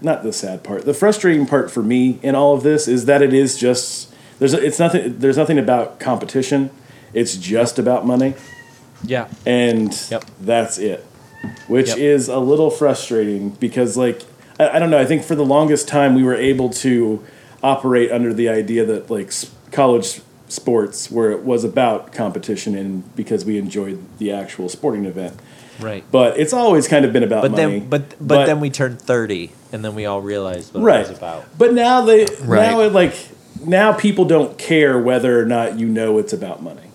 C: not the sad part, the frustrating part for me in all of this is that it is just there's it's nothing there's nothing about competition, it's just about money
A: Yeah.
C: and
A: Yep.
C: that's it which
A: Yep.
C: is a little frustrating because like I, I don't know i think for the longest time we were able to operate under the idea that like s- college s- sports where it was about competition and because we enjoyed the actual sporting event
A: Right.
C: but it's always kind of been about
A: But
C: money
A: then, but, but then we turned thirty, and then we all realized what it
C: right
A: was about.
C: but now they
B: Right.
C: now it like now people don't care whether or not you know it's about money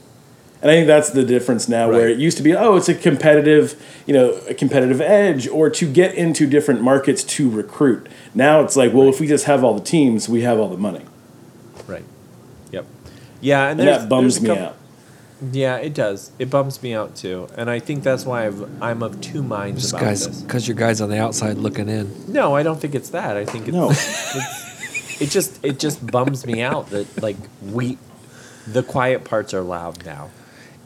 C: and i think that's the difference now where
A: Right.
C: it used to be oh it's a competitive you know a competitive edge or to get into different markets to recruit now it's like well if we just have all the teams we have all the money
A: Right. Yep. Yeah, and,
C: and
A: there's,
C: that bums
A: there's a
C: me
A: couple-
C: out
A: Yeah, it does. It bums me out too, and I think that's why I've, I'm of two minds
B: Just
A: about
B: guys,
A: this.
B: because your guys on the outside looking in.
A: No, I don't think it's that. I think it's,
C: No.
A: it's it just it just bums me out that like we the quiet parts are loud now.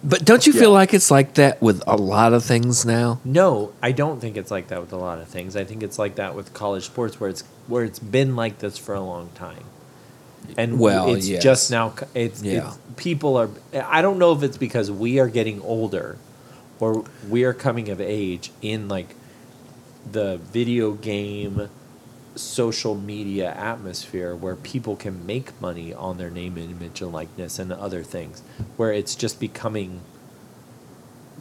B: But don't you
C: Yeah.
B: feel like it's like that with a lot of things now?
A: No, I don't think it's like that with a lot of things. I think it's like that with college sports where it's where it's been like this for a long time. And
B: Well,
A: it's
B: yes.
A: just now c- it's,
B: Yeah.
A: it's people are I don't know if it's because we are getting older or we are coming of age in like the video game social media atmosphere where people can make money on their name image and likeness and other things where it's just becoming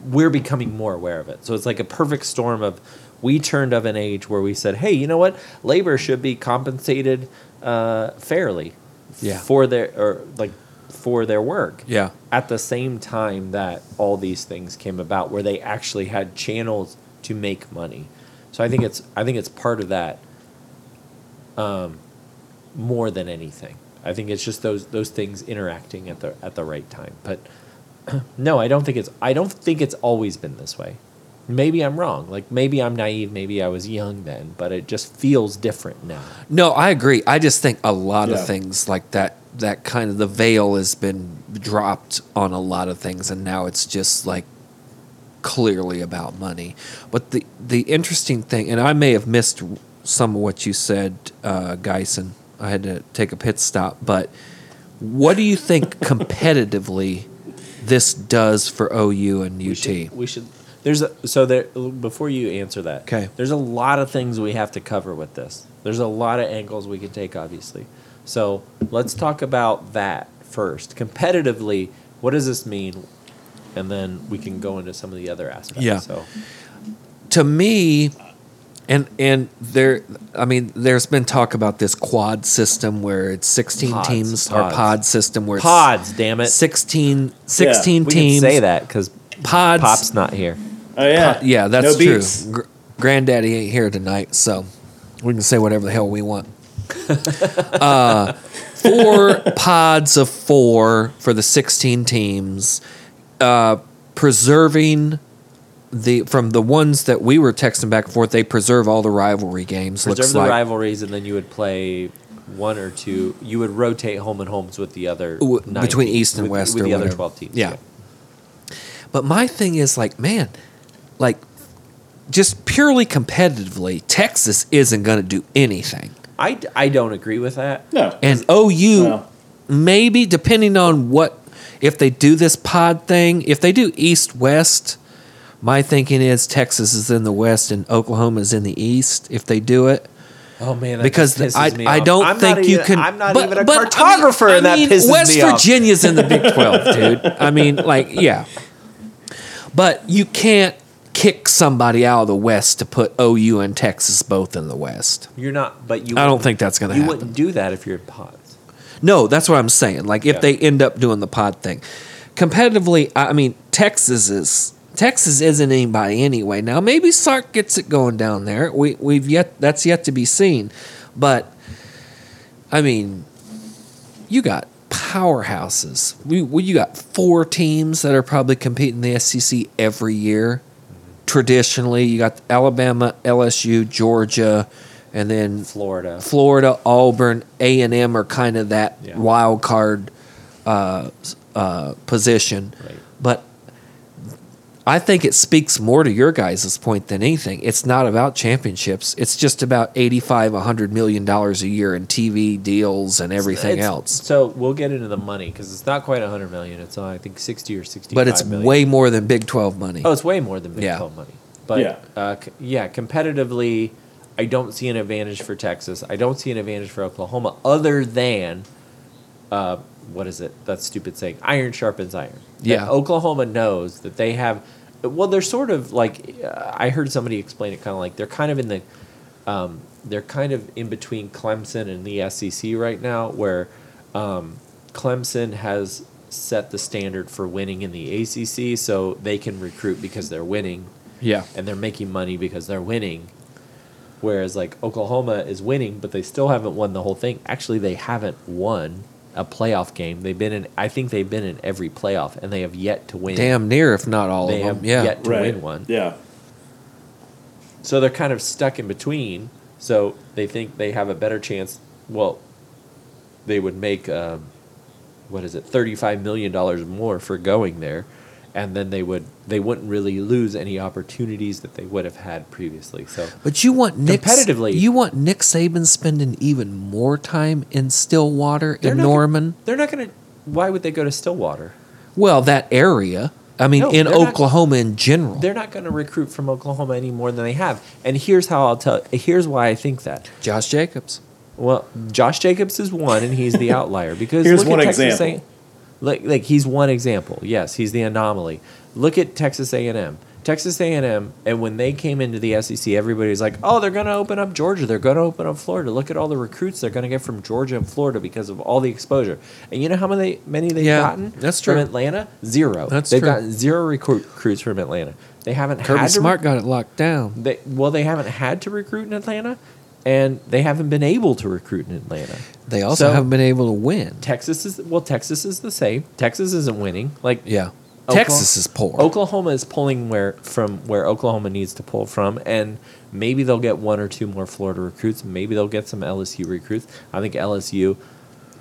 A: we're becoming more aware of it. So it's like a perfect storm of we turned of an age where we said, hey, you know what? Labor should be compensated uh, fairly
B: Yeah.
A: for their, or like for their work.
B: Yeah.
A: At the same time that all these things came about, where they actually had channels to make money, so I think it's I think it's part of that. Um, more than anything, I think it's just those those things interacting at the at the right time. But no, I don't think it's I don't think it's always been this way. Maybe I'm wrong. Like maybe I'm naive. Maybe I was young then, but it just feels different now.
B: No, I agree. I just think a lot
C: Yeah.
B: of things like that that kind of the veil has been dropped on a lot of things and now it's just like clearly about money. But the the interesting thing and I may have missed some of what you said uh Geisen. I had to take a pit stop, but what do you think competitively this does for OU and
A: We
B: UT?
A: should, we should. There's a so there before you answer that.
B: 'Kay.
A: There's a lot of things we have to cover with this. There's a lot of angles we can take, obviously. So let's talk about that first. Competitively, what does this mean? And then we can go into some of the other aspects.
B: Yeah.
A: So
B: to me and and there i mean there's been talk about this quad system where it's 16
A: Pods,
B: teams or
A: pods.
B: pod system where it's
A: pods, damn it.
B: 16 16
A: we can
B: teams
A: say that because
B: pods
A: Pop's not here.
C: Oh yeah,
B: yeah
C: No
B: that's
C: beats.
B: true Gr- granddaddy ain't here tonight so we can say whatever the hell we want uh, four pods of four for the 16 teams uh, preserving the from the ones that we were texting back and forth they preserve all the rivalry games
A: Preserve
B: looks
A: the
B: like
A: rivalries, and then you would play one or two. You would rotate home and homes with the other
B: W-
A: nine
B: between
A: teams,
B: east and
A: with-
B: west
A: with
B: or
A: the other
B: whatever.
A: twelve teams.
B: Yeah. But my thing is like, man, like just purely competitively, Texas isn't going to do anything.
A: I, I don't agree with that.
C: No,
B: And OU
C: Well-
B: maybe depending on what if they do this pod thing, if they do east west, my thinking is Texas is in the west and Oklahoma is in the east if they do it.
A: Oh man, that
B: because
A: just pisses
B: I,
A: me
B: I
A: off.
B: don't
A: I'm not
B: think you
A: even-
B: can.
A: I'm not
B: but-
A: even a
B: but, I mean-
A: cartographer.
B: I
A: and that
B: mean,
A: pisses
B: West
A: me off.
B: Virginia's in the Big Twelve, dude. I mean, like, yeah. But you can't kick somebody out of the West to put OU and Texas both in the West.
A: You're not, but you.
B: I don't
A: wouldn't-
B: think that's going to
A: you
B: happen.
A: wouldn't do that if you're in pods.
B: No, that's what I'm saying. Like if
A: Yeah.
B: they end up doing the pod thing, competitively, I I mean Texas is Texas isn't anybody anyway. Now maybe Sark gets it going down there. We we've yet that's yet to be seen, but I mean, you got powerhouses. We, we you got four teams that are probably competing in the SEC every year. Traditionally, you got Alabama, LSU, Georgia, and then
A: Florida.
B: Florida, Auburn, A and M are kind of that
A: Yeah.
B: wild card uh, s- uh, position,
A: Right.
B: but I think it speaks more to your guys' point than anything. It's not about championships. It's just about eighty-five, hundred million dollars a year in TV deals and everything
A: It's-
B: else.
A: So we'll get into the money because it's not quite 100 million. It's I think 60 or 65
B: But it's
A: million.
B: way more than Big Twelve money.
A: Oh, it's way more than Big
B: Yeah.
A: 12 money. But
C: Yeah.
A: yeah. Uh, c- yeah, competitively, I don't see an advantage for Texas. I don't see an advantage for Oklahoma other than, uh, what is it? That stupid saying, iron sharpens iron. That
B: Yeah.
A: Oklahoma knows that they have, well, they're sort of like, uh, I heard somebody explain it kind of like they're kind of in the, um, they're kind of in between Clemson and the SEC right now, where um, Clemson has set the standard for winning in the ACC, so they can recruit because they're winning
B: yeah,
A: and they're making money because they're winning. Whereas like Oklahoma is winning, but they still haven't won the whole thing. Actually, they haven't won a playoff game. They've been in, I think they've been in every playoff, and they have yet to win.
B: damn near if not all
A: They
B: of them.
A: have
B: Yeah,
A: yet to
C: right.
A: win one.
C: Yeah,
A: So they're kind of stuck in between. So they think they have a better chance. Well, they would make um, what is it, thirty-five million dollars more for going there, and then they would they wouldn't really lose any opportunities that they would have had previously. So
B: But you want Nick,
A: Competitively.
B: You want Nick Saban spending even more time in Stillwater
A: They're
B: in
A: not gonna-
B: Norman.
A: they're not going to. Why would they go to Stillwater?
B: Well, that area. I mean,
A: No,
B: in
A: they're not-
B: Oklahoma in general.
A: They're not going to recruit from Oklahoma any more than they have. And here's how I'll tell. Here's why I think that.
B: Josh Jacobs.
A: Well, Josh Jacobs is one, and he's the outlier because
C: Here's
A: look
C: one
A: at Texas
C: example.
A: A- like, like he's one example. Yes, he's the anomaly. Look at Texas A and M. Texas A&M, and when they came into the SEC, everybody was like, "Oh, they're going to open up Georgia. They're going to open up Florida. Look at all the recruits they're going to get from Georgia and Florida because of all the exposure." And you know how many many they've
B: Yeah,
A: gotten?
B: that's
A: From
B: true.
A: Atlanta, zero.
B: That's
A: they've
B: true.
A: gotten zero recru- recruits from Atlanta. They haven't
B: Kirby
A: had to
B: Smart got it locked down.
A: they, well, they haven't had to recruit in Atlanta, and they haven't been able to recruit in Atlanta.
B: They also
A: So-
B: haven't been able to win.
A: Texas is well, Texas is the same. Texas isn't winning. Like
B: Yeah.
A: Oklahoma-
B: Texas is poor.
A: Oklahoma is pulling where from where Oklahoma needs to pull from, and maybe they'll get one or two more Florida recruits. Maybe they'll get some LSU recruits. I think LSU,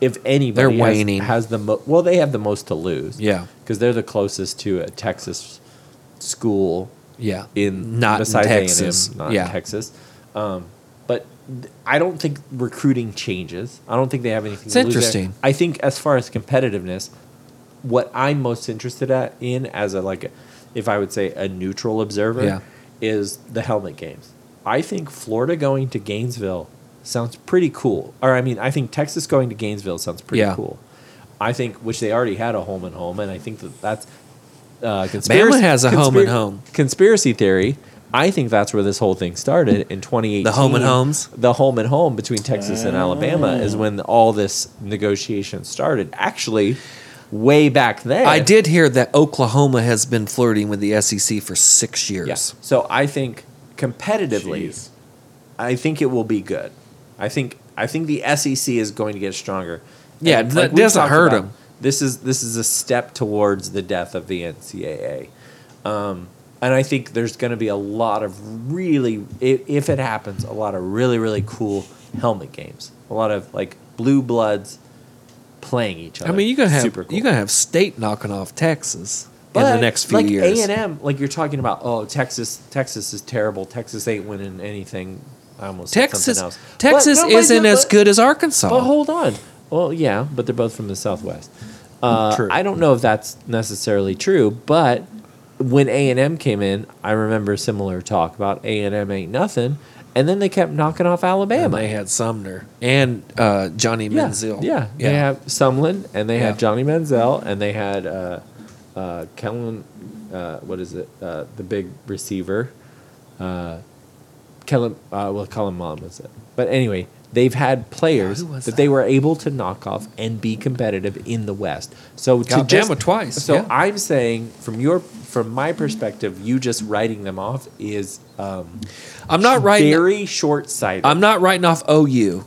A: if anybody,
B: They're
A: has-
B: waning.
A: Has, the mo- well, they have the most to lose.
B: Yeah.
A: because they're the closest to a Texas school
B: Yeah.
A: in
B: not in
A: besides
B: Texas.
A: A&M, not
B: yeah.
A: in Texas. Um, but th- I don't think recruiting changes. I don't think they have anything.
B: It's
A: to lose there.
B: interesting.
A: I think as far as competitiveness, what I'm most interested at in as a like, a, if I would say a neutral observer,
B: Yeah.
A: is the helmet games. I think Florida going to Gainesville sounds pretty cool. Or I mean, I think Texas going to Gainesville sounds pretty
B: Yeah.
A: cool. I think which they already had a home and home, and I think that that's uh, conspiracy.
B: Bama has a home and home.
A: Conspiracy theory. I think that's where this whole thing started in 2018.
B: The home and homes? Oh.
A: The home and home between Texas and Alabama is when all this negotiation started. Actually, way back then.
B: I did hear that Oklahoma has been flirting with the SEC for six years.
A: Yeah. So I think competitively,
C: Jeez.
A: I think it will be good. I think I think the SEC is going to get stronger.
B: Yeah,
A: And
B: that
A: we've
B: doesn't
A: talked
B: hurt
A: about,
B: 'em.
A: This is this is a step towards the death of the NCAA, um, and I think there's going to be a lot of really, if, if it happens, a lot of really really cool helmet games. A lot of like blue bloods playing each other.
B: I mean, you're gonna have
A: Super cool
B: you're gonna have state knocking off Texas in the next few
A: like
B: years.
A: A and M, like you're talking about, oh Texas, Texas is terrible. Texas ain't winning anything. I almost said
B: Texas,
A: something else. But-
B: Texas
A: no, but-
B: isn't
A: but-
B: as good as Arkansas.
A: But hold on. Well, yeah, but they're both from the Southwest. Uh,
B: True.
A: I don't know if that's necessarily true, but when A and M came in, I remember similar talk about A and M ain't nothing, and then they kept knocking off
B: and
A: Alabama.
B: they had Sumner and uh, Johnny
A: yeah,
B: Menzel.
A: yeah, they have Sumlin, and they
B: Yeah.
A: have Johnny Manziel, and they had uh, uh, Kellen. Uh, what is it? Uh, the big receiver, uh, Kellen. Uh, well, Kellen Mond was it? But anyway, they've had players
B: Who
A: that,
B: was
A: they
B: that?
A: were able to knock off and be competitive in the West. So to
B: Alabama
A: just,
B: twice,
A: So
B: yeah.
A: I'm saying, from your from my perspective, you just writing them off is um,
B: I'm not writing.
A: very short sighted.
B: I'm not writing off OU.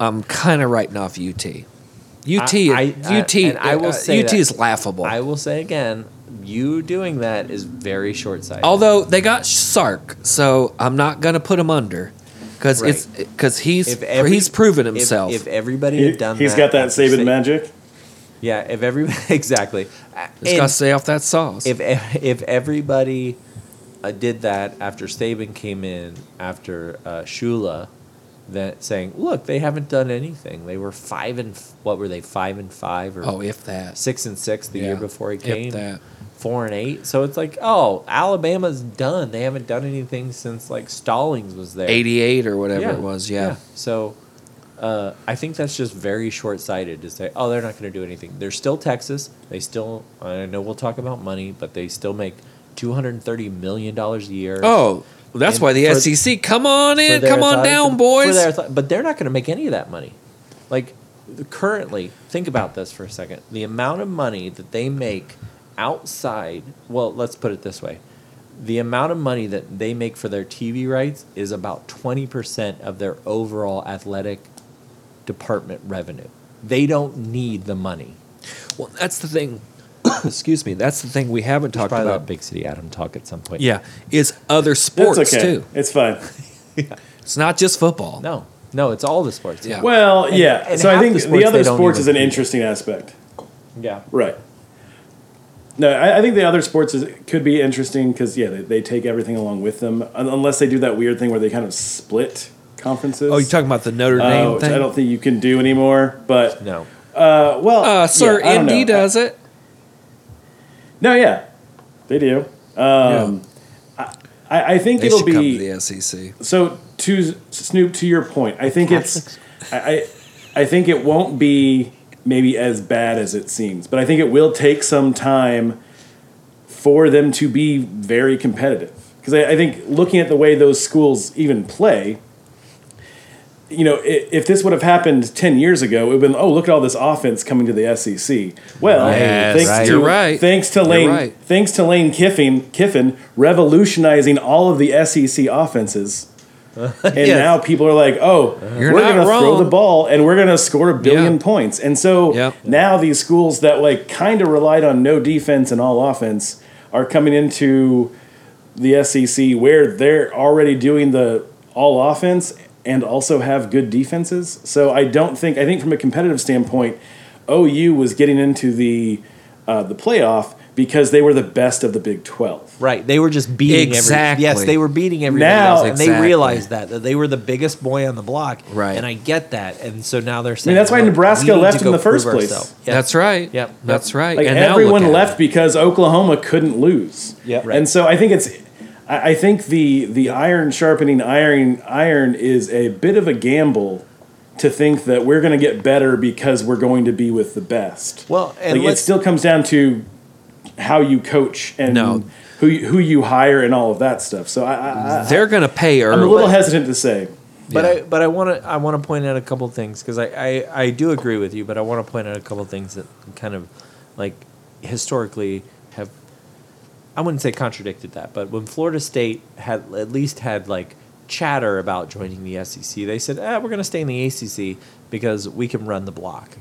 B: I'm kind of writing off UT. UT.
A: I- I-
B: UT.
A: and I will
B: uh,
A: say
B: UT
A: that
B: is laughable.
A: I will say again, you doing that is very short sighted.
B: Although they got Sark, so I'm not gonna put him under because it's because he's he's proven himself.
A: If, everybody
C: He,
A: had done,
C: has
A: that
C: got that
A: after Sa-
C: Saban magic.
A: Yeah, if everybody exactly.
B: Just
A: And
B: gotta stay off that sauce.
A: if e- if everybody uh, did that after Saban came in after uh, Shula, that saying, look, they haven't done anything. They were five and f- what were they five and five or
B: oh, if that.
A: six and six the year
B: Yeah,
A: before he
B: if
A: came.
B: that.
A: Four and eight. So it's like, oh, Alabama's done. They haven't done anything since like Stallings was there.
B: 88 or whatever it was. Yeah.
A: So uh, I think that's just very short sighted to say, oh, they're not going to do anything. They're still Texas. They still, I know we'll talk about money, but they still make $230 million a year.
B: Oh, that's
A: And
B: why the
A: for-
B: SEC. Come on
A: for
B: in.
A: their
B: Come on
A: athletic-
B: down,
A: for
B: boys.
A: their athletic- but they're not going to make any of that money. Like currently, think about this for a second. The amount of money that they make outside, well, let's put it this way. The amount of money that they make for their TV rights is about 20% of their overall athletic department revenue. They don't need the money.
B: well, that's the thing. Excuse me. That's the thing we haven't talked
A: Probably
B: about.
A: let Big City Adam talk at some point.
B: Yeah. Is other
C: It's
B: sports,
C: okay.
B: too.
C: It's fine.
B: It's not just football.
A: No, no, it's all the sports.
B: Yeah.
C: Well,
A: And-
C: yeah.
A: and
C: so I
A: half
C: think
A: the
C: the,
A: sports they
C: other
A: don't
C: sports
A: even
C: is an
A: do.
C: interesting aspect.
A: Yeah.
C: Right. No, I, I think the other sports is, could be interesting because yeah, they, they take everything along with them un- unless they do that weird thing where they kind of split conferences.
B: Oh, you're talking about the Notre
C: Uh,
B: Dame
C: which
B: thing?
C: I don't think you can do anymore. But
A: No.
C: uh, well,
B: uh, sir,
C: yeah, I don't
B: Indy
C: know.
B: does it.
C: No, yeah, they do. Um, I, I think
B: They
C: it'll
B: should come to
C: be
B: the E SEC.
C: so to Snoop, to your point, I think it's, I, I, I think it won't be maybe as bad as it seems, but I think it will take some time for them to be very competitive. Because I, I think looking at the way those schools even play, you know, i- if this would have happened 10 years ago, it would have been, oh, look at all this offense coming to the SEC. Well,
B: Yes,
C: thanks,
B: right.
C: To,
B: You're right.
C: thanks to
B: You're
C: Lane
B: right.
C: thanks to Lane Kiffin, Kiffin revolutionizing all of the SEC offenses. And
B: Yes.
C: now people are like, oh,
B: You're
C: we're
B: not
C: going to throw
B: wrong.
C: the ball and we're going to score a billion
B: Yeah.
C: points. And so
B: Yep.
C: now these schools that like kind of relied on no defense and all offense are coming into the SEC where they're already doing the all offense and also have good defenses. So I don't think I think from a competitive standpoint, OU was getting into the uh, the playoff because they were the best of the Big Twelve.
A: Right. They were just beating
B: Exactly.
A: every Yes, they were beating everybody
C: Now-
A: else. And they
B: Exactly.
A: realized that, that they were the biggest boy on the block.
B: Right.
A: And I get that. And so now they're
C: I
A: saying
C: mean, that's why
A: "Look, we
C: Nebraska
A: need
C: left
A: to
C: in
A: go
C: the first
A: prove
C: place.
A: ourselves." Yeah.
B: That's right.
A: Yep.
B: That's right.
C: Like
B: and now look
C: everyone
B: at
C: left
B: it.
C: because Oklahoma couldn't lose.
A: Yeah. Right.
C: And so I think it's I, I think the the iron sharpening iron iron is a bit of a gamble to think that we're going to get better because we're going to be with the best.
A: Well, and
C: like, it
A: let's-
C: still comes down to how you coach and
B: No.
C: who you- who you hire and all of that stuff. So I, I, I
B: They're gonna pay
C: I'm a
B: early.
C: little hesitant to say.
A: But
B: Yeah.
A: I but I want to I want to point out a couple things because I, I I do agree with you, but I want to point out a couple things that kind of like historically have I wouldn't say contradicted that, but when Florida State had at least had like chatter about joining the SEC, they said, "Ah, we're going to stay in the ACC because we can run the block."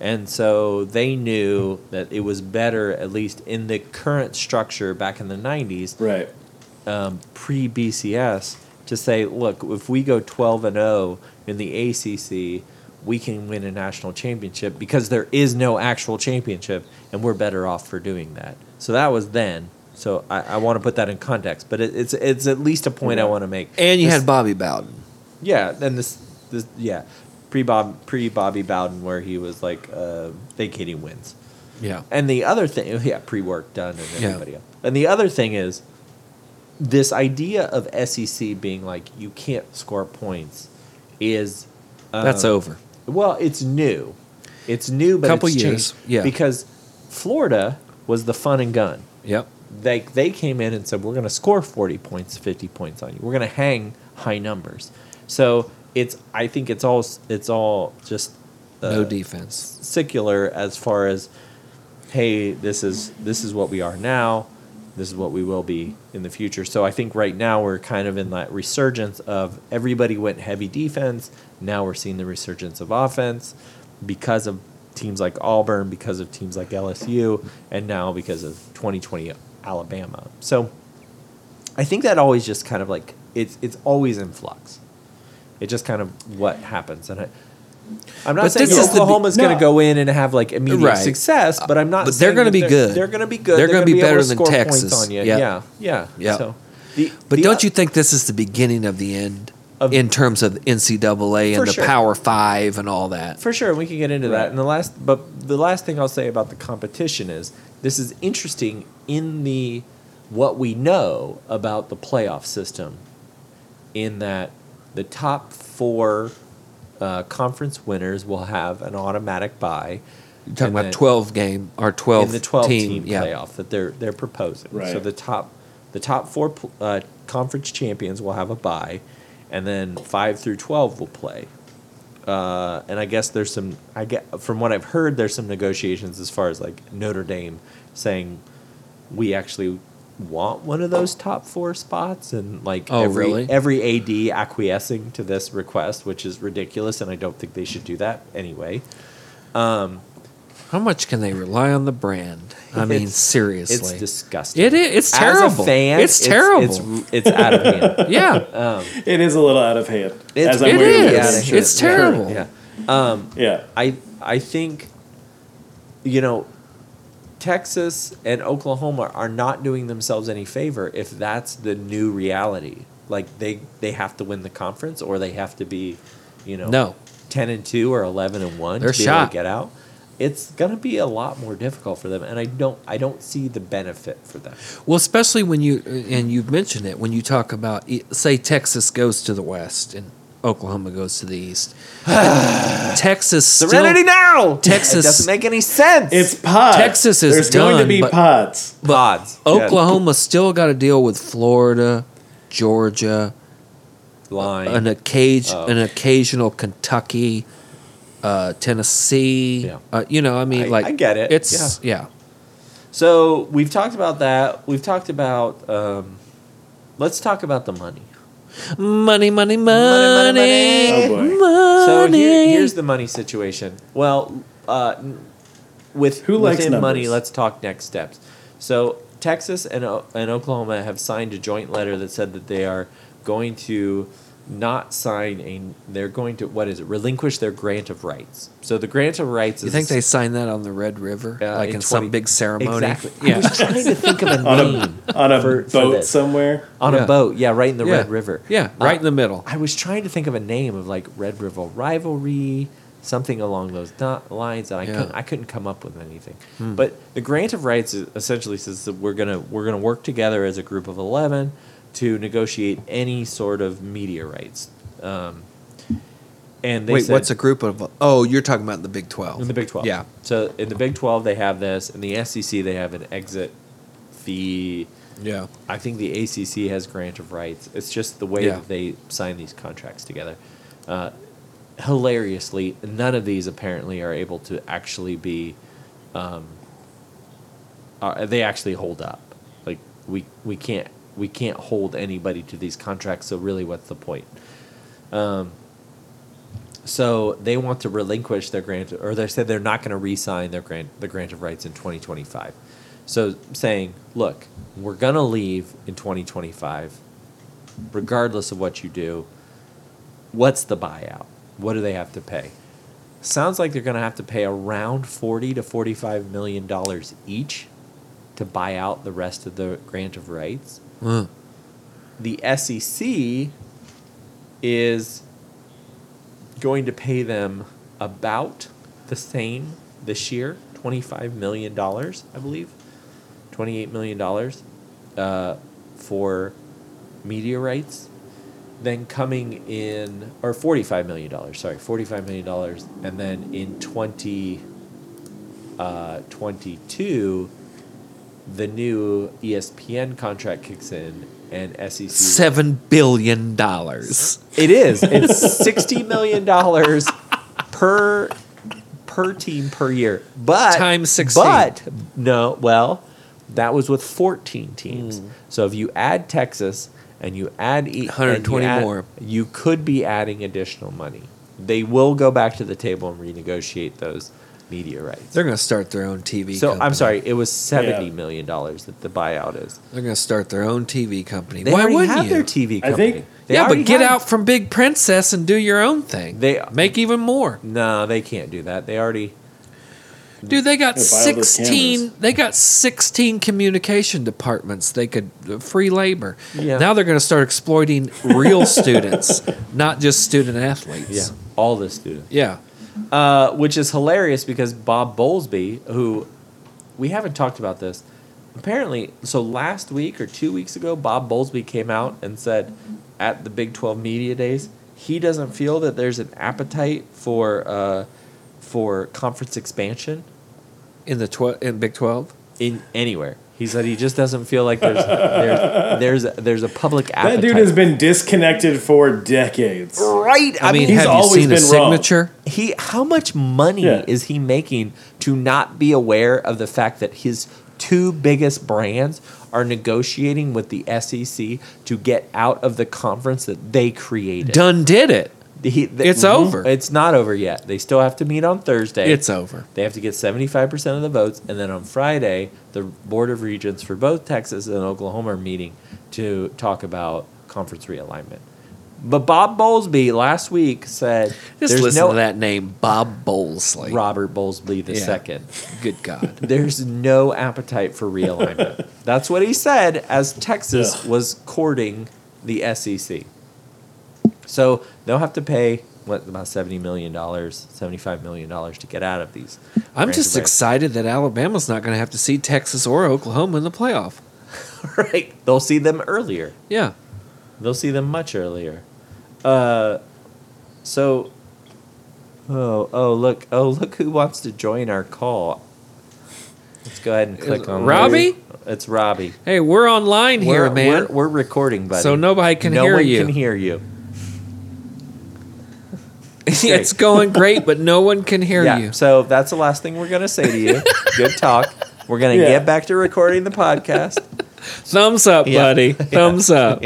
A: And so they knew that it was better, at least in the current structure back in the 90s,
C: Right.
A: um, pre BCS to say, look, if we go 12 and 0 in the ACC, we can win a national championship because there is no actual championship, and we're better off for doing that. So that was then. So I, I want to put that in context, but it, it's it's at least a point I want to make.
B: and you
A: This-
B: had Bobby Bowden.
A: yeah, then this this yeah pre Bob pre Bobby Bowden where he was like uh, vacating wins.
B: Yeah.
A: And the other thing, oh, yeah, pre work done and
B: Yeah.
A: everybody else. And the other thing is this idea of SEC being like you can't score points is um, Uh,
B: That's over.
A: well, it's new. It's new, but
B: Couple
A: it's
B: years,
A: changed.
B: yeah.
A: Because Florida was the fun and gun.
B: Yep.
A: They they came in and said we're going to score forty points, fifty points on you. We're going to hang high numbers. So it's I think it's all s- it's all just uh,
B: no defense.
A: secular as far as hey this is this is what we are now this is what we will be in the future so i think right now we're kind of in that resurgence of everybody went heavy defense now we're seeing the resurgence of offense because of teams like auburn because of teams like lsu and now because of 2020 alabama so i think that always just kind of like it's it's always in flux it just kind of what happens and I, i'm not
B: But
A: saying
B: this is the be-
A: oklahoma's going
C: No.
A: to go in and have like immediate
B: Right.
A: success but i'm not
B: But they're
A: saying
B: gonna
A: that
B: be good.
A: they're going to be good
B: They're gonna be
A: able
B: better
A: to
B: than
A: score points
B: Texas.
A: on you.
B: Yeah.
A: yeah yeah
B: Yeah.
A: so the,
B: But
A: the-
B: don't you think this is the beginning of the end
A: Of-
B: in terms of NCAA
A: For
B: and the
A: sure.
B: Power Five and all that?
A: for sure we can get into that and the last but the last thing i'll say about the competition is this is interesting in the what we know about the playoff system in that the top four uh, conference winners will have an automatic bye
B: You're talking
A: And
B: about
A: then-
B: twelve game or twelve
A: in the 12 team,
B: yeah.
A: playoff that they're they're proposing. So
C: Right.
A: the top the top four pl- uh, conference champions will have a bye, and then five through twelve will play. Uh, and I guess there's some I get from what I've heard there's some negotiations as far as like Notre Dame saying we actually want one of those top four spots and like
B: Oh,
A: every
B: really?
A: every AD acquiescing to this request, which is ridiculous, and I don't think they should do that anyway.
B: How much can they rely on the brand? I mean,
A: It's-
B: seriously,
A: It's disgusting.
B: It i- it's
A: As a
B: terrible.
A: fan,
B: It's terrible. Um,
A: It's, it's out of hand.
B: yeah,
C: It is a little out of hand.
A: It's-
C: as I'm
B: it
C: wearing
A: really
C: this
A: out of
B: is.
A: hand.
C: shirt.
B: It's terrible.
A: Yeah.
C: Yeah.
A: I I think you know Texas and Oklahoma are not doing themselves any favor if that's the new reality. Like they they have to win the conference or they have to be, you know,
B: No.
A: 10 and 2 or 11 and 1
B: They're
A: to be able to
B: shot.
A: get out. It's going to be a lot more difficult for them and I don't I don't see the benefit for them.
B: Well, especially when you and you've mentioned it when you talk about e- say Texas goes to the West and Oklahoma goes to the east. Texas still,
A: Serenity now.
B: Texas-
A: it doesn't make any sense.
C: It's pods.
B: Texas is
C: There's going to
B: done,
C: be
B: but-
C: pods.
A: odds.
B: Oklahoma still got to deal with Florida, Georgia,
A: line.
B: an occasion,
A: Oh.
B: an occasional Kentucky, uh, Tennessee.
A: Yeah.
B: Uh, you know, I mean,
A: I-
B: like
A: I get it.
B: It's yeah.
A: So we've talked about that. We've talked about. Um, let's talk about the money.
B: money, money,
A: Money,
B: money,
A: money, money.
C: Oh, boy.
A: So here,
B: Money.
A: here's the money situation. Well, uh, n- with
C: Who likes
A: within money,
C: numbers?
A: let's talk next steps. So Texas and O- and Oklahoma have signed a joint letter that said that they are going to not sign a. They're going to what is it? Relinquish their grant of rights. So the grant of rights.
B: you
A: is
B: think they signed that on the Red River,
A: Yeah,
B: like in,
A: in
B: some
A: 20
B: big ceremony?
A: Exactly. I
B: Yeah.
A: was trying to think of a
C: On
A: name
C: a, on a
A: for- for
C: boat
A: this.
C: somewhere.
A: on
B: Yeah.
A: a boat. Yeah, right in the
B: Yeah.
A: Red River. Uh,
B: Yeah, right in the middle.
A: I was trying to think of a name of like Red River rivalry, something along those do- lines, and I
B: Yeah. Hmm.
A: couldn't I couldn't come up with anything. But the grant of rights is- essentially says that we're gonna we're gonna work together as a group of eleven to negotiate any sort of media rights. Um, and they
B: Wait,
A: said-
B: what's a group of? Oh, you're talking about the Big Twelve.
A: in the Big Twelve?
B: Yeah.
A: So in the Big Twelve they have this, in the SEC they have an exit fee.
B: Yeah.
A: I think the ACC has grant of rights. It's just the way
B: Yeah.
A: that they sign these contracts together. Uh, hilariously, none of these apparently are able to actually be. Um, are, they actually hold up. Like we we can't we can't hold anybody to these contracts. So really, what's the point? Um, so they want to relinquish their grant, or they said they're not going to re-sign their grant the grant of rights in 2025. So saying, look, we're going to leave in 2025, regardless of what you do. What's the buyout? What do they have to pay? Sounds like they're going to have to pay around 40 to 45 million dollars each to buy out the rest of the grant of rights.
B: Mm.
A: The E SEC is going to pay them about the same this year, $25 million, I believe, $28 million uh, for media rights. Then coming in, or $45 million, sorry, $45 million. And then in 20, uh, 22, the new E ESPN contract kicks in and E SEC.
B: Seven billion dollars.
A: It is. It's sixty million dollars per per team per year. But
B: Times 16.
A: But no, well, that was with fourteen teams.
B: Hmm.
A: So if you add Texas and you add e- and you
B: 120
A: add-
B: more.
A: you could be adding additional money. They will go back to the table and renegotiate those media rights.
B: They're going to start their own TV.
A: So
B: company.
A: I'm sorry, it was seventy
C: Yeah.
A: million dollars that the buyout is.
B: They're going to start their own TV company.
A: They
B: Why
A: already
B: wouldn't
A: have
B: you?
A: their TV
C: I
A: company.
C: think-
A: They
B: yeah,
A: already
B: but get
A: have-
B: out from Big Princess and do your own thing.
A: They-
B: make even more.
A: No, they can't do that. They already
B: Dude, they got
C: They buy all those
B: sixteen.
C: cameras.
B: They got sixteen communication departments. They could uh, free labor.
A: Yeah.
B: Now they're going to start exploiting real students, not just student athletes.
A: Yeah, all the students.
B: Yeah.
A: Uh, which is hilarious because Bob Bowlesby, who we haven't talked about this, apparently, so last week or two weeks ago, Bob Bowlesby came out and said at the Big 12 Media Days, he doesn't feel that there's an appetite for, uh, for conference expansion
B: In the tw- in Big Twelve.
A: in anywhere. He said he just doesn't feel like there's there's there's, there's a public appetite.
C: That dude has been disconnected for decades.
A: right.
B: I, mean,
C: he's
B: have you
C: always
B: seen a
C: been wrong.
B: signature?
A: he how much money
C: Yeah.
A: is he making to not be aware of the fact that his two biggest brands are negotiating with the SEC to get out of the conference that they created.
B: Done did it.
A: He- th-
B: It's over.
A: It's not over yet. They still have to meet on Thursday.
B: It's over.
A: They have to get 75% of the votes. And then on Friday, the Board of Regents for both Texas and Oklahoma are meeting to talk about conference realignment. But Bob Bowlesby last week said
B: Just
A: there's
B: listen
A: no
B: to that name, Bob Bowlesley.
A: Robert Bowlesby the
B: Yeah.
A: second.
B: Good God.
A: There's no appetite for realignment. That's what he said as Texas
C: Ugh.
A: was courting the SEC. So they'll have to pay what about seventy million dollars, seventy five million dollars to get out of these.
B: I'm
A: branch
B: just
A: of branch.
B: excited that Alabama's not going to have to see Texas or Oklahoma in the playoff.
A: right. They'll see them earlier.
B: Yeah.
A: They'll see them much earlier. Uh, So, oh, oh, look, oh, look who wants to join our call. Let's go ahead and click on
B: Robbie?
A: It's Robbie.
B: Hey, we're online here,
A: we're,
B: man.
A: We're, we're recording, buddy.
B: So nobody can
A: no
B: hear
A: one
B: you.
A: can hear you.
B: it's going great, but no one can hear
A: yeah.
B: you.
A: So that's the last thing we're gonna say to you. Good talk. We're gonna
C: Yeah.
A: get back to recording the podcast.
B: Thumbs up,
A: Yeah.
B: buddy. Thumbs up.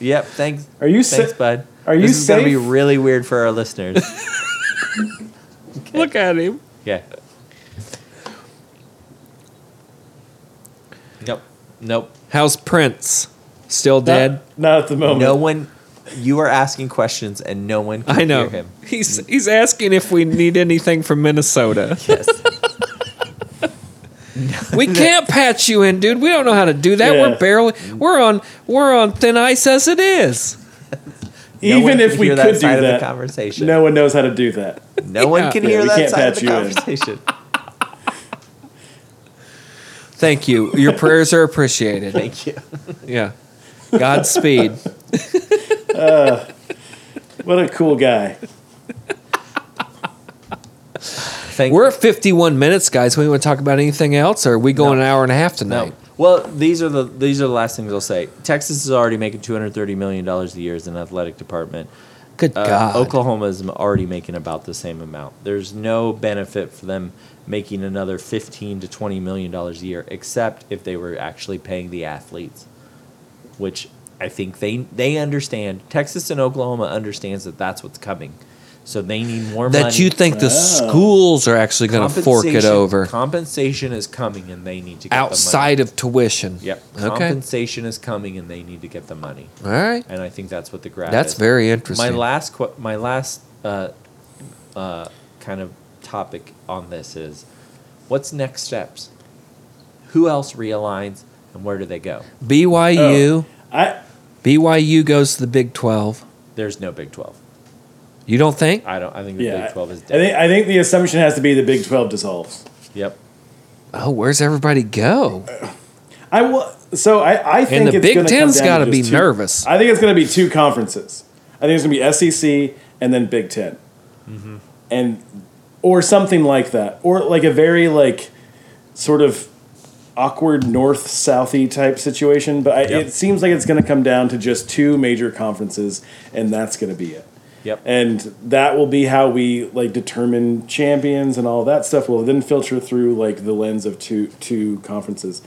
A: Yep. Thanks.
C: Are you sa-
A: Thanks, bud.
C: are you
A: this is gonna be
C: safe?
A: really weird for our listeners.
B: Look at him.
A: yeah. Nope. Nope.
B: How's Prince? Still
C: Not-
B: dead?
C: Not, at the moment.
A: No one. You are asking questions, and no one can
B: I know.
A: hear him.
B: He's he's asking if we need anything from Minnesota.
A: Yes.
B: We can't patch you in, dude. We don't know how to do that.
C: Yeah.
B: We're barely we're on we're on thin ice as it is.
A: No one
C: Even
A: can
C: if we
A: hear
C: could
A: that
C: do
A: side of the
C: that,
A: conversation,
C: no one knows how to do that.
A: no one
B: Yeah.
A: can
C: Yeah,
A: hear
C: we
A: that
C: can't
A: side of
C: patch
A: the
C: you in.
A: conversation.
B: Thank you. Your prayers are appreciated.
A: Thank you.
B: Yeah. Godspeed.
C: What a cool guy.
A: Thank
B: We're at 51 minutes, guys. We want to talk about anything else, or are we going
A: No.
B: an hour and a half
A: No.
B: tonight?
A: Well, these are the these are the last things I'll say. Texas is already making two hundred thirty million dollars a year as an athletic department.
B: Good
A: Uh,
B: God.
A: Oklahoma is already making about the same amount. There's no benefit for them making another fifteen to twenty million dollars a year, except if they were actually paying the athletes, which I think they they understand. Texas and Oklahoma understands that that's what's coming, so they need more money.
B: That you think the
C: Oh.
B: schools are actually going to fork it
A: Compensation-
B: over
A: Compensation is coming, and they need to get the money.
B: outside of tuition.
A: Yep.
B: Okay.
A: Compensation is coming, and they need to get the money.
B: All right.
A: And I think that's what the grab.
B: That's
A: is.
B: very interesting.
A: My last, qu- my last uh, uh, kind of topic on this is, what's next steps? Who else realigns, and where do they go? Oh.
B: BYU.
C: I
B: BYU goes to the Big 12.
A: There's no Big Twelve.
B: You don't think?
A: I don't. I think the
C: yeah.
A: Big Twelve is
C: I
A: dead.
C: think I think the assumption has to be the Big Twelve dissolves.
A: yep.
B: Oh, where's everybody go?
C: I will. So I, I think
B: the
C: it's
B: Big
C: gonna come
B: Ten's
C: down
B: gotta
C: to
B: be
C: just two-
B: nervous.
C: I think it's going to be two conferences. I think it's going to be SEC and then Big 10 and or something like that, or like a very like sort of awkward north southy type situation. But I,
A: Yep.
C: it seems like it's going to come down to just two major conferences, and that's going to be it.
A: Yep.
C: And that will be how we like determine champions and all that stuff will then filter through like the lens of two two conferences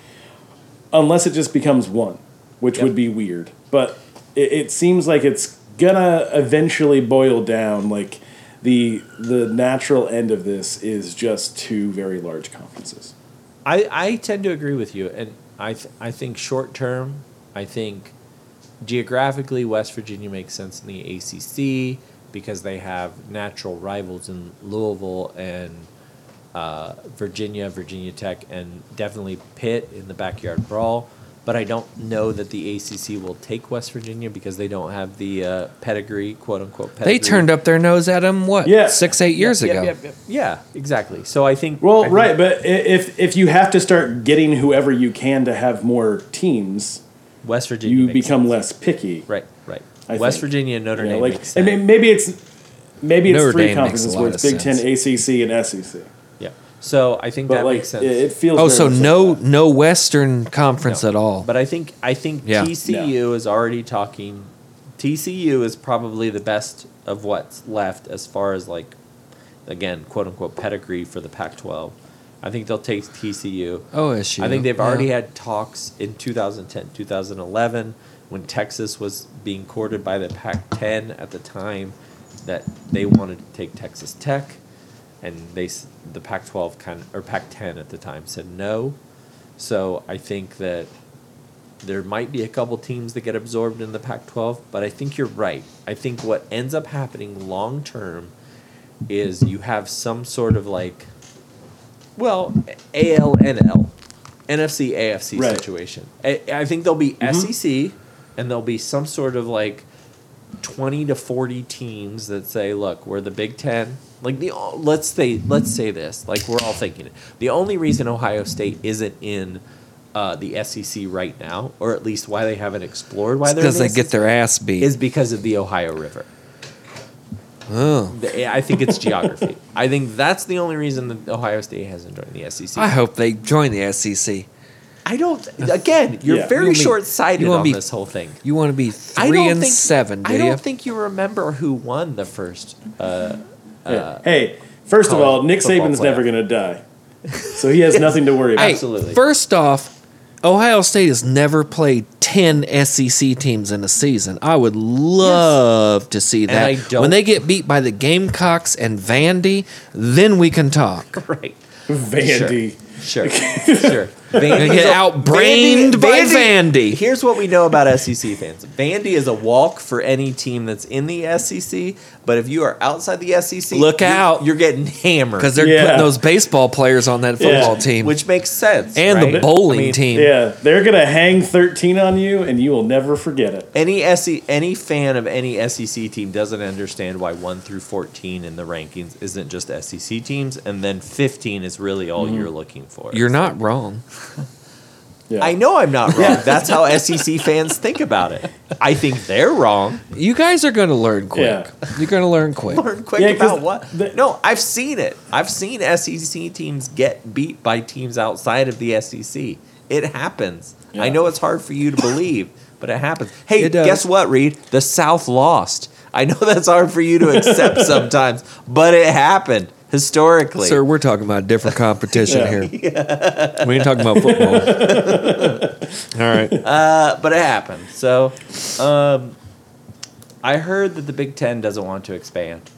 C: unless it just becomes one, which
A: Yep.
C: would be weird. But it, it seems like it's gonna eventually boil down. Like the the natural end of this is just two very large conferences.
A: I, I tend to agree with you, and I th- I think short term, I think geographically West Virginia makes sense in the ACC because they have natural rivals in Louisville and uh, Virginia, Virginia Tech, and definitely Pitt in the backyard brawl. But I don't know that the ACC will take West Virginia because they don't have the uh, pedigree, quote unquote. Pedigree.
B: They turned up their nose at him, what,
C: Yeah.
B: six, eight years
A: Yep,
B: ago?
A: yep, yep. Yeah, exactly. So I think. I
C: Well,
A: think-
C: right, but i- if if you have to start getting whoever you can to have more teams,
A: West Virginia.
C: you
A: makes
C: become
A: sense.
C: less picky.
A: Right, right.
C: I
A: West
C: think.
A: Virginia and Notre
C: You know,
A: Dame
C: like,
A: makes
C: I
A: sense.
C: mean, maybe it's maybe it's
B: Notre Dame
C: three
B: makes a
C: conferences
B: lot
C: where it's
B: of
C: Big Ten, ACC, and SEC.
A: yeah. So I think
C: But
A: that
C: like,
A: makes sense.
C: It, it feels
B: Oh, so
C: nervous like
B: no,
C: that.
B: no Western conference
A: No.
B: at all.
A: But I think I think
B: Yeah.
A: TCU is already talking. TCU is probably the best of what's left as far as like, again, quote unquote pedigree for the Pac-12. I think they'll take TCU.
B: oh, issue.
A: I think they've already had talks in 2010, 2011, when Texas was being courted by the Pac 10 at the time, that they wanted to take Texas Tech. And they, s- the Pac 12 kind of, or Pac 10 at the time said no. So I think that there might be a couple teams that get absorbed in the Pac 12, but I think you're right. I think what ends up happening long term is you have some sort of like, well, AL and L, NFC AFC
C: Right.
A: situation. I, I think there'll be
B: Mm-hmm.
A: SEC and there'll be some sort of like 20 to 40 teams that say, look, we're the Big 10. Like the uh, o- let's say let's say this, like we're all thinking it. The only reason Ohio State isn't in uh, the SEC right now, or at least why they haven't explored why they're in
B: because
A: the E
B: they get their ass beat.
A: is because of the Ohio River.
B: oh,
A: The- I think it's geography. I think that's the only reason that Ohio State hasn't joined the SEC.
B: I hope they join the E SEC.
A: I don't. Again, you're
C: Yeah.
A: very
B: You'll be-
A: short sighted
B: you won't
A: on
B: be
A: this whole thing.
B: You want to be
A: I
B: three
A: don't
B: and
A: think,
B: seven, do
A: I don't
B: you?
A: think you remember who won the first. Uh,
C: Yeah. hey, first of all,
A: college
C: Nick
A: football
C: Saban's
A: playoff.
C: never going to die. So he has nothing to worry about.
B: Hey,
A: Absolutely.
B: First off, Ohio State has never played ten SEC teams in a season. I would love to see that.
A: I don't-
B: When they get beat by the Gamecocks and Vandy, then we can talk.
A: right.
C: Vandy.
A: Sure. sure. Vandy
B: They get outbrained by Vandy.
A: Here's what we know about SEC fans. Vandy is a walk for any team that's in the SEC, but if you are outside the SEC,
B: Look
A: you-
B: out.
A: You're getting hammered.
B: Because they're
C: Yeah.
B: putting those baseball players on that
C: Yeah.
B: football team
A: which makes sense.
B: and
A: right?
B: the bowling
A: I mean,
B: team.
C: Yeah, they're going to hang 13 on you and you will never forget it.
A: Any SEC, any fan of any SEC team doesn't understand why one through fourteen in the rankings isn't just SEC teams, and then fifteen is really all you're looking for.
B: Mm-hmm. You're not wrong.
C: Yeah.
A: I know I'm not wrong. That's how SEC fans think about it. I think they're wrong.
B: You guys are going to learn quick.
C: Yeah.
B: You're going to learn quick.
A: Learn quick
C: Yeah, 'cause
A: about what?
C: the-
A: no, I've seen it. I've seen SEC teams get beat by teams outside of the SEC. It happens. I
C: Yeah.
A: know it's hard for you to believe, but it happens. Hey,
B: It does.
A: guess what, Reed? The South lost. I know that's hard for you to accept sometimes, but it happened historically.
B: Sir, we're talking about a different competition
C: Yeah.
B: here. We ain't talking about football. All right.
A: Uh, but it happened. So, um, I heard that the Big Ten doesn't want to expand.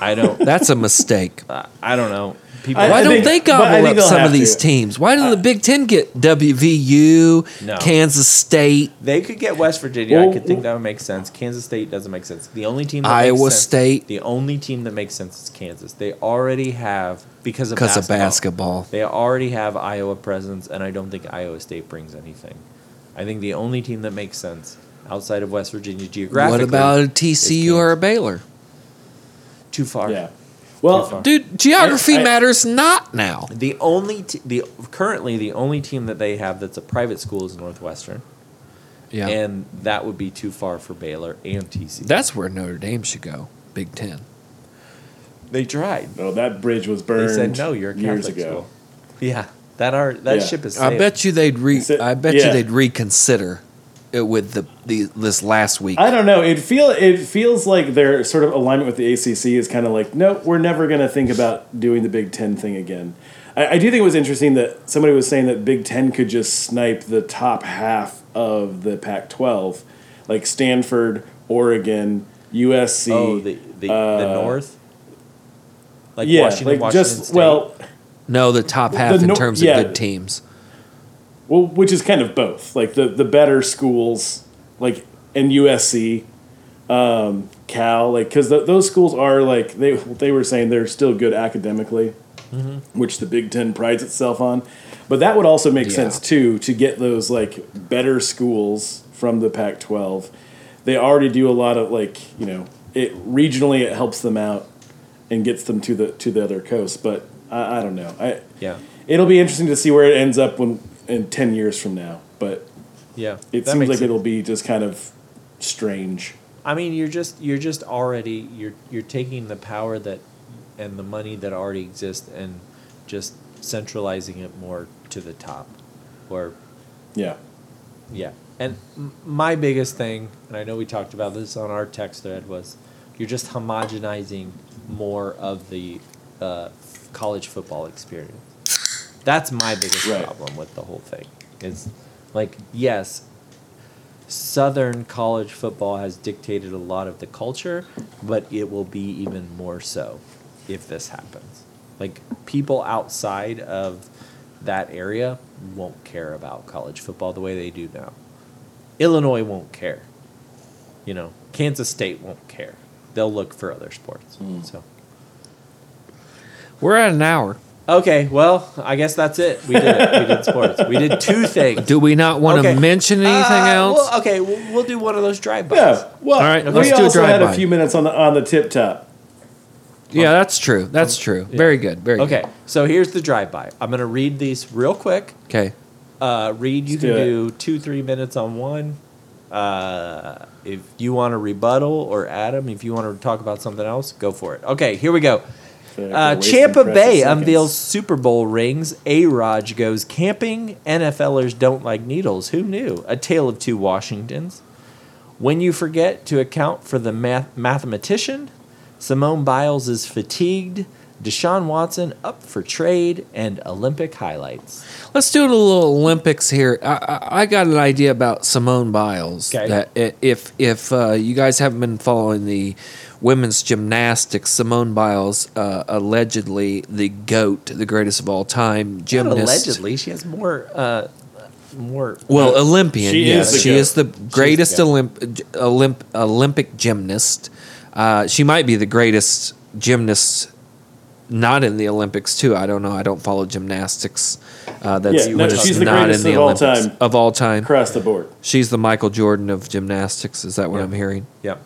A: I don't.
B: That's a mistake.
A: I- I don't know. People.
C: I-
B: Why
C: I
B: don't
C: think-
B: they
C: but
B: gobble
C: I think
B: up
C: they'll
B: some
C: have
B: of these
C: to. Uh,
B: teams? Why don't the Big Ten get WVU,
A: No.
B: Kansas State,
A: They could get West Virginia. I
C: Well-
A: could think that would make sense. Kansas State doesn't make sense. The only team that
B: Iowa
A: makes sense,
B: State.
A: The only team that makes sense is Kansas. They already have because of
B: because of
A: basketball.
B: basketball?
A: They already have Iowa presence, and I don't think Iowa State brings anything. I think the only team that makes sense outside of West Virginia
B: What
A: geographically.
B: about a TCU or a Baylor?
A: too far?
C: Yeah.
A: Too
C: Well,
A: far.
B: Dude, geography
C: I- I-
B: matters not now.
A: The only t- the currently the only team that they have that's a private school is Northwestern,
B: Yeah,
A: and that would be too far for Baylor and TCU.
B: that's where Notre Dame should go. Big Ten.
A: they tried.
C: no, oh, that bridge was
A: They
C: burned.
A: said no, you're a Catholic
C: years ago.
A: school. Yeah, that are that
C: Yeah.
A: ship is.
B: I
A: sailed.
B: bet you they'd re.
C: It's a-
B: I bet you
C: yeah.
B: they'd reconsider it with the, the this last week.
C: I don't know. It feel it feels like their sort of alignment with the ACC is kind of like, no, we're never going to think about doing the Big Ten thing again. I, I do think it was interesting that somebody was saying that Big Ten could just snipe the top half of the Pac-12, like Stanford, Oregon, USC.
A: Oh, the the, the
C: uh,
A: North. Like
C: yeah,
A: Washington,
C: like
A: Washington
C: just
A: State.
C: well,
B: No, the top half
C: the
B: in
C: Nor-
B: terms
C: yeah.
B: of good teams.
C: Well, which is kind of both, like the the better schools, like and USC, um, Cal, like because those schools are like they they were saying they're still good academically, which the Big Ten prides itself on. But that would also make
B: Yeah.
C: sense too to get those like better schools from the Pac-12. They already do a lot of like you know it regionally it helps them out and gets them to the to the other coast. But I, I don't know. I
A: yeah,
C: It'll be interesting to see where it ends up when in ten years from now. But
A: yeah.
C: it
A: that
C: seems like
A: makes sense.
C: it'll be just kind of strange.
A: I mean, you're just you're just already you're you're taking the power that and the money that already exists and just centralizing it more to the top, or
C: Yeah.
A: Yeah. And m- my biggest thing, and I know we talked about this on our text thread, was you're just homogenizing more of the uh, college football experience. That's my biggest
C: Right.
A: problem with the whole thing. Is like, yes, Southern college football has dictated a lot of the culture, but it will be even more so if this happens. Like, people outside of that area won't care about college football the way they do now. Illinois won't care. You know, Kansas State won't care. They'll look for other sports. So,
B: We're at an hour.
A: okay, well, I guess that's it. We did it. We did sports. We did two things.
B: Do we not want
A: Okay.
B: to mention anything
A: Uh,
B: else?
A: Well, okay, we'll, we'll do one of those drive-bys.
C: Yeah. Well,
B: All right,
C: we
B: let's do a
C: also had a
B: drive-by.
C: few minutes on the on the tip top.
A: Uh,
B: yeah, that's true.
A: um,
B: That's true. Very good. Very
A: Okay, so here's the drive-by. I'm going to read these real quick.
B: good. Okay.
A: Uh, Reed, you
C: Let's do
A: can
C: it.
A: do two, three minutes on one. Uh, if you want to rebuttal, or Adam, if you want to talk about something else, go for it. Okay, here we go. Uh, Champa Bay unveils Super Bowl rings. A Raj goes camping. NFLers don't like needles. Who knew? A tale of two Washingtons. When you forget to account for the math- mathematician, Simone Biles is fatigued. Deshaun Watson up for trade and Olympic highlights.
B: Let's do a little Olympics here. I, I, I got an idea about Simone Biles.
A: Okay.
B: That i- if if uh, you guys haven't been following the women's gymnastics, Simone Biles, uh, allegedly the goat, the greatest of all time
A: Not
B: gymnast.
A: allegedly, she has more. Uh, more.
B: Well,
C: Uh,
B: Olympian.
C: she
B: yes,
C: is the
B: she
C: goat.
B: is the greatest
A: the goat.
B: Olymp- Olymp- Olympic gymnast. Uh, she might be the greatest gymnast, not in the Olympics too. I don't know. I don't follow gymnastics. Uh, that's
C: Yeah,
B: when
C: no,
B: it's
C: she's the
B: not in
C: greatest
B: the
C: of all
B: Olympics
C: time.
B: of all time.
C: across the board.
B: She's the Michael Jordan of gymnastics. Is that what
A: Yeah.
B: I'm hearing?
A: Yep.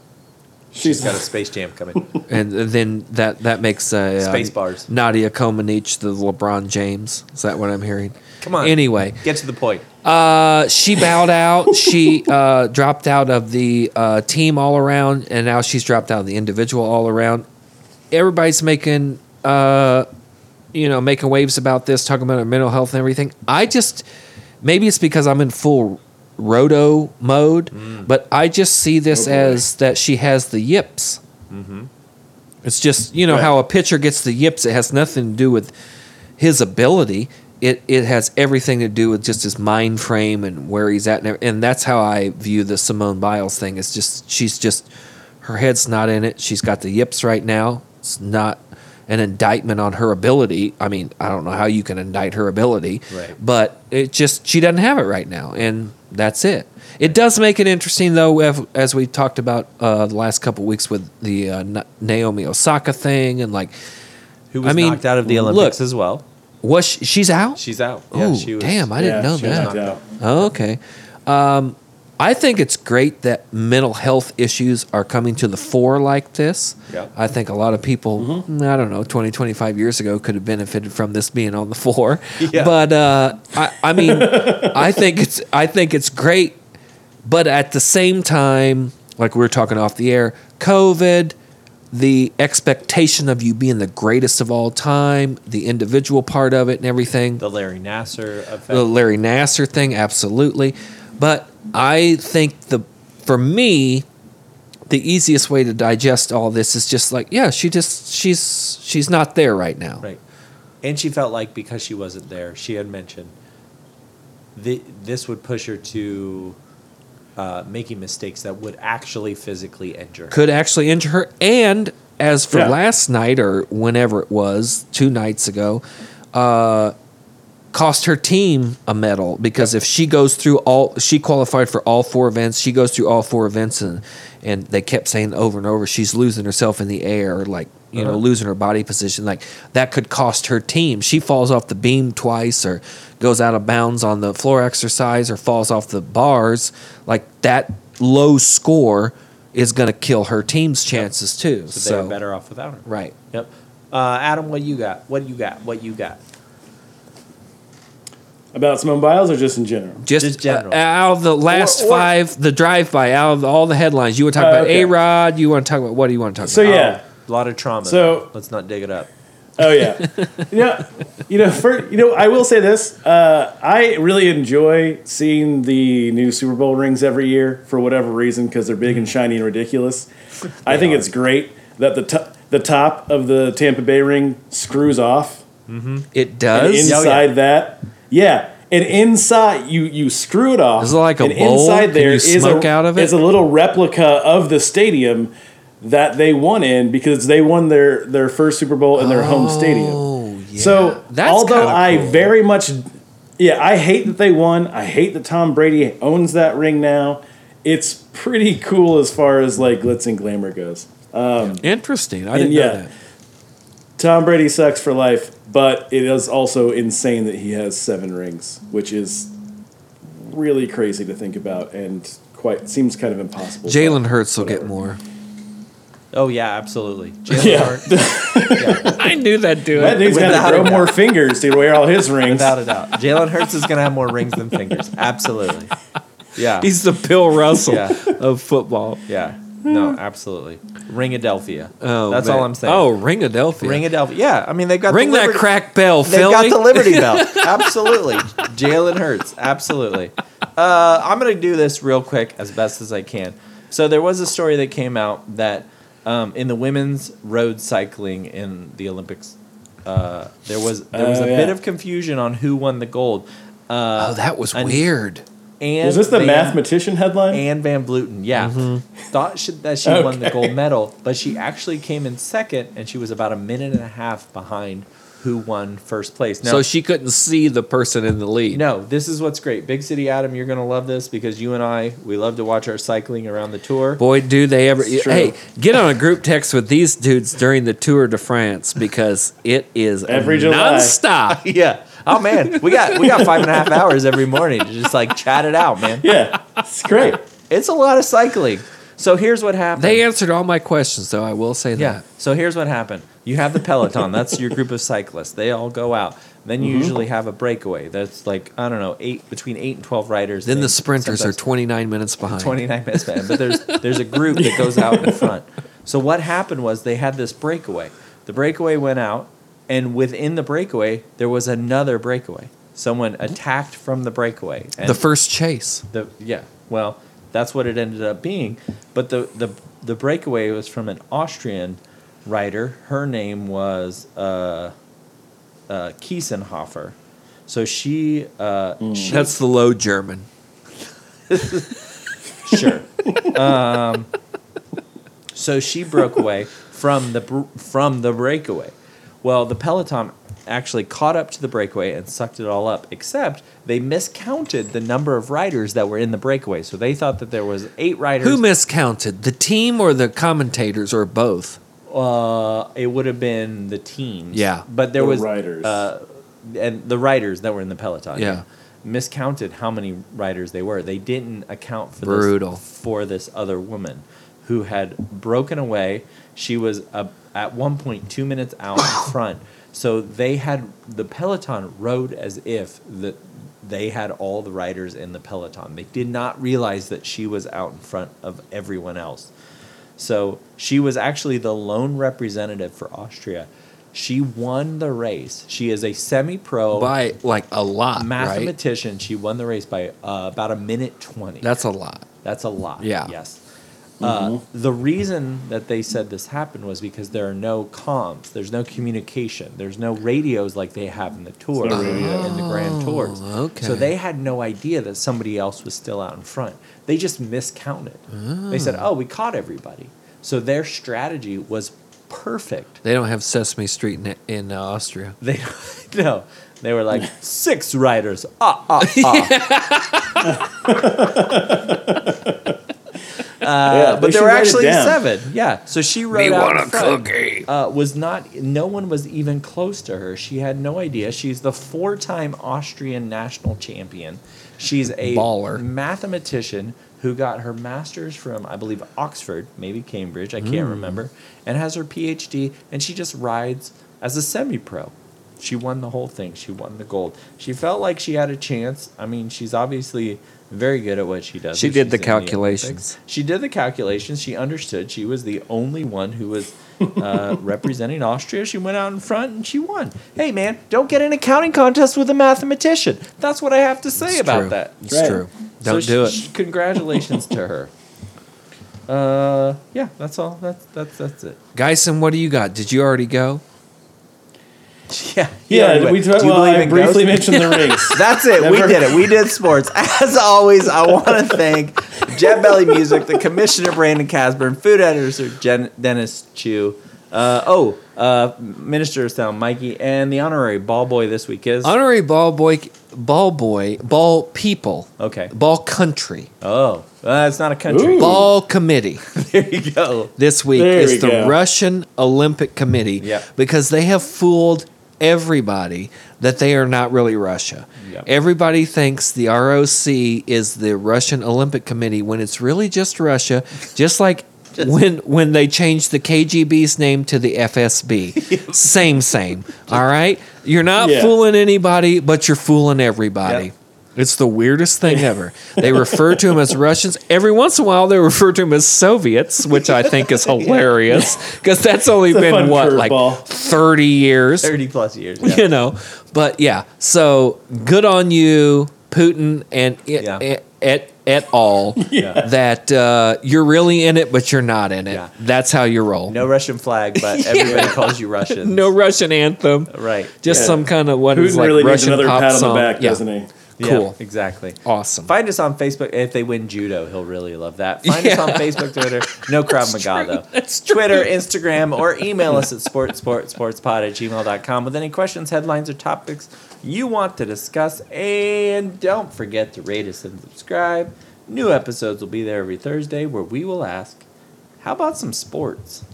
C: She's
A: She's got a space jam coming.
B: And then that that makes uh, um,
A: Space bars.
B: Nadia Comaneci the LeBron James. Is that what I'm hearing?
A: Come on.
B: Anyway,
A: Get to the point.
B: Uh, she bowed out. she uh, dropped out of the uh, team all around, and now she's dropped out of the individual all around. Everybody's making, uh, you know, making waves about this, talking about her mental health and everything. I just, maybe it's because I'm in full roto mode, but I just see this
C: Mm. Oh, boy. Mm-hmm.
B: as that she has the yips. It's just you know
C: Right.
B: how a pitcher gets the yips. It has nothing to do with his ability. It it has everything to do with just his mind frame and where he's at, and, ev- and that's how I view the Simone Biles thing. It's just she's just her head's not in it. She's got the yips right now. It's not an indictment on her ability. I mean, I don't know how you can indict her ability,
A: Right.
B: but it just she doesn't have it right now, and that's it. It does make it interesting, though, if, as we talked about uh, the last couple weeks with the uh, Na- Naomi Osaka thing, and like,
A: Who was
B: I mean,
A: knocked out of the
B: look.
A: Olympics as well.
B: was she, she's out?
A: She's out.
B: Ooh, damn! I didn't
C: yeah,
B: know
C: she was
B: that.
C: knocked out.
B: Oh, okay. Um, I think it's great that mental health issues are coming to the fore like this.
A: Yeah.
B: I think a lot of people,
C: Mm-hmm.
B: mm, I don't know, 20, 25 years ago could have benefited from this being on the fore.
A: Yeah.
B: But uh, I, I mean, I think it's I think it's great, but at the same time, like we were talking off the air, COVID, the expectation of you being the greatest of all time, the individual part of it, and everything
A: The Larry Nasser effect.
B: the Larry Nasser thing, absolutely. But I think the for me, the easiest way to digest all this is just like, yeah, she just she's she's not there right now.
A: right. And she felt like because she wasn't there, she had mentioned th- this would push her to uh, making mistakes that would actually physically injure her.
B: Could actually injure her. And as for
C: Yeah.
B: last night or whenever it was, two nights ago, uh cost her team a medal because if she goes through all she qualified for all four events she goes through all four events and and they kept saying over and over she's losing herself in the air like you know
A: Uh-huh.
B: losing her body position like that could cost her team she falls off the beam twice or goes out of bounds on the floor exercise or falls off the bars like that low score is going to kill her team's chances too
A: So,
B: so
A: they were better off without her.
B: right
A: Yep. Uh, Adam, what you got? What you got? What you got?
C: About Simone Biles or just in general?
B: just,
A: Just general.
B: uh, out of the last
A: or-
B: five, the drive by, out of all the headlines, you want to talk
C: Uh,
B: about
C: okay.
B: A Rod. You want to talk about what do you want to talk
C: So
B: about?
C: yeah,
A: Oh, A lot of trauma.
C: So-
A: let's not dig it up.
C: Oh yeah, you know, you know, for, you know. I will say this: uh, I really enjoy seeing the new Super Bowl rings every year for whatever reason because they're big and shiny and ridiculous. I think it's great that the to the top of the Tampa Bay ring screws off,
A: Oh,
B: it
C: and
B: does.
A: yeah.
C: inside that, yeah, and inside you you screw it off.
B: Is it like a
C: and
B: bowl? Can you smoke
C: a,
B: out of it?
C: is a little replica of the stadium that they won in because they won their their first Super Bowl in their home stadium.
B: Oh yeah.
C: So
B: That's
C: although
B: kinda
C: I
B: cool.
C: very much, yeah, I hate that they won. I hate that Tom Brady owns that ring now. It's pretty cool as far as like glitz and glamour goes.
B: interesting. I didn't
C: yeah.
B: know that.
C: Tom Brady sucks for life, but it is also insane that he has seven rings, which is really crazy to think about and quite seems kind of impossible.
B: Jalen Hurts will get more.
A: Oh yeah, absolutely. Jalen
C: Yeah.
A: Hurts,
D: I knew that dude.
C: That dude's got
A: Without
C: to
A: a
C: grow
A: doubt.
C: more fingers to wear all his rings.
A: without a doubt. Jalen Hurts is gonna have more rings than fingers. Absolutely. Yeah.
D: He's the Bill Russell
A: Yeah.
D: of football.
A: yeah. No, absolutely. Ringadelphia.
B: Oh,
A: That's
B: man.
A: all I'm saying.
B: Oh, Ringadelphia.
A: Ringadelphia. Yeah, I mean they've got
B: Ring
A: the
B: that
A: Liberty-
B: crack bell,
A: They've
B: Philly.
A: got the Liberty Bell. Absolutely. Jalen Hurts. Absolutely. Uh, I'm going to do this real quick as best as I can. So, there was a story that came out that um, in the women's road cycling in the Olympics, uh, there was there was
C: Oh,
A: a
C: yeah.
A: bit of confusion on who won the gold. Uh,
B: oh, that was
A: And-
B: weird.
A: and
C: Is this the
A: Van-
C: mathematician headline?
A: Anne Van Vluten, yeah,
B: Mm-hmm.
A: thought she, that she won the
C: Okay.
A: gold medal, but she actually came in second, and she was about a minute and a half behind who won first place. Now,
B: So she couldn't see the person in the lead.
A: no, this is what's great. Big City Adam, you're going to love this because you and I, we love to watch our cycling around the tour.
B: Boy, do they ever.
C: It's true.
B: Hey, get on a group text with these dudes during the Tour de France because it is
C: Every July.
B: nonstop.
A: Yeah. Oh man, we got we got five and a half hours every morning to just like chat it out, man.
C: Yeah, it's
A: Uh,
C: great.
A: It's a lot of cycling. So here's what happened.
B: They answered all my questions, though. I will say that.
A: Yeah. So here's what happened. You have the peloton. That's your group of cyclists. They all go out. Then you
B: Mm-hmm.
A: usually have a breakaway. That's like I don't know, eight between eight and twelve riders.
B: Then
A: They-
B: the sprinters are
A: sometimes-
B: 29 minutes behind.
A: Twenty nine minutes behind. But there's there's a group that goes out in front. So what happened was they had this breakaway. The breakaway went out, and within the breakaway there was another breakaway. Someone attacked from the breakaway. And
B: The first chase.
A: the yeah well that's what it ended up being but the the the breakaway was from an austrian writer her name was uh uh kiesenhofer so she uh she-
B: That's the low German.
A: sure um so she broke away from the br- from the breakaway well the peloton actually caught up to the breakaway and sucked it all up except they miscounted the number of riders that were in the breakaway so they thought that there was eight riders
B: Who miscounted? The team or the commentators or both?
A: Uh, it would have been the teams.
B: Yeah.
A: but there
C: The
A: was
C: riders.
A: uh, and the riders that were in the peloton.
B: Yeah.
A: miscounted how many riders they were. They didn't account for
B: Brutal.
A: this for this other woman who had broken away. She was uh, at one point two minutes out in front. So they had the peloton rode as if that they had all the riders in the peloton. They did not realize that she was out in front of everyone else. So she was actually the lone representative for Austria. She won the race. She is a semi-pro
B: By like a lot, right?
A: mathematician. She won the race by uh, about a minute twenty.
B: That's a lot.
A: That's a lot.
B: Yeah. Mm-hmm.
A: Yes. Uh, the reason that they said this happened was because there are no comms, there's no communication, there's no radios like they have in the tour,
C: There's no radio.
A: in the grand tours.
B: Oh, okay.
A: So they had no idea that somebody else was still out in front. They just miscounted. They said, "Oh, we caught everybody." So their strategy was perfect
B: They don't have Sesame Street in, in uh, Austria.
A: they no. They were like six riders. Ah ah ah.
C: yeah,
A: Uh, But there were
C: they should write it
A: actually
C: down.
A: seven. Yeah. So she rode out. in front. Uh, was not. No one was even close to her. She had no idea. She's the four-time Austrian national champion. She's a
B: Baller.
A: mathematician who got her master's from, I believe, Oxford, maybe Cambridge. I
C: Hmm.
A: can't remember. And has her PhD. And she just rides as a semi-pro. She won the whole thing. She won the gold. She felt like she had a chance. I mean, she's obviously very good at what she does.
B: She
A: if
B: did
A: she's
B: the
A: in
B: calculations.
A: Olympics. she did the calculations. She understood. She was the only one who was uh, representing Austria. She went out in front and she won. Hey, man, don't get in a counting contest with a mathematician. That's what I have to say
B: It's
A: about
B: true.
A: that.
B: It's
C: Right.
B: true.
A: So
B: Don't
A: sh-
B: do it.
A: sh- congratulations to her. Uh, yeah, that's all. That's that's that's it.
B: Geisen, what do you got? Did you already go?
A: Yeah,
C: Yeah,
A: anyway,
C: we
A: do
C: talk,
A: you
C: well,
A: believe
C: I
A: in ghosts?
C: briefly mentioned the rings.
A: That's it. We
C: Never-
A: did it. We did sports. As always, I want to thank Jet Belly Music, the commissioner Brandon Casper, and food editor Jen- Dennis Chu. Uh, oh, uh, Minister of Sound Mikey, and the honorary ball boy this week is.
B: Honorary ball boy, ball boy, ball people.
A: Okay.
B: Ball country,
A: oh, uh, it's not a country.
C: Ooh.
B: ball committee.
A: There you go.
B: This week
C: There we
B: is the
C: go.
B: Russian Olympic Committee
A: Yep.
B: because they have fooled everybody that they are not really Russia.
A: Yep.
B: Everybody thinks the ROC is the Russian Olympic Committee when it's really just Russia, just like when when they changed the KGB's name to the FSB. same, same. All right, you're not
C: Yeah.
B: fooling anybody, but you're fooling everybody.
A: Yep.
B: It's the weirdest thing ever. They refer to them as Russians. Every once in a while, they refer to them as Soviets, which I think is hilarious because that's only
C: It's a
B: been
C: fun
B: what like
C: curveball.
B: thirty years.
A: 30 plus years.
B: you know. But yeah, so good on you, Putin, and it,
A: Yeah.
B: it, et, et al.
C: Yeah.
B: That uh, you're really in it, but you're not in it.
A: Yeah.
B: That's how you roll.
A: No Russian flag, but everybody calls you Russian.
B: No Russian anthem.
A: Right.
B: Just
C: Yeah.
B: some kind of what is
C: Putin
B: like
C: really needs
B: Russian
C: another
B: pop
C: pat on
B: song.
C: the back,
B: yeah.
C: doesn't he?
A: Yeah,
B: Cool.
A: exactly.
B: Awesome.
A: Find us on Facebook. If they win judo, he'll really love that. Find us on Facebook, Twitter, No Krav Maga, though.
B: That's
A: Twitter, Instagram, or email us at sportsportsportspod at gmail.com with any questions, headlines, or topics you want to discuss. And don't forget to rate us and subscribe. New episodes will be there every Thursday where we will ask, how about some sports?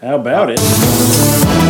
C: How about it?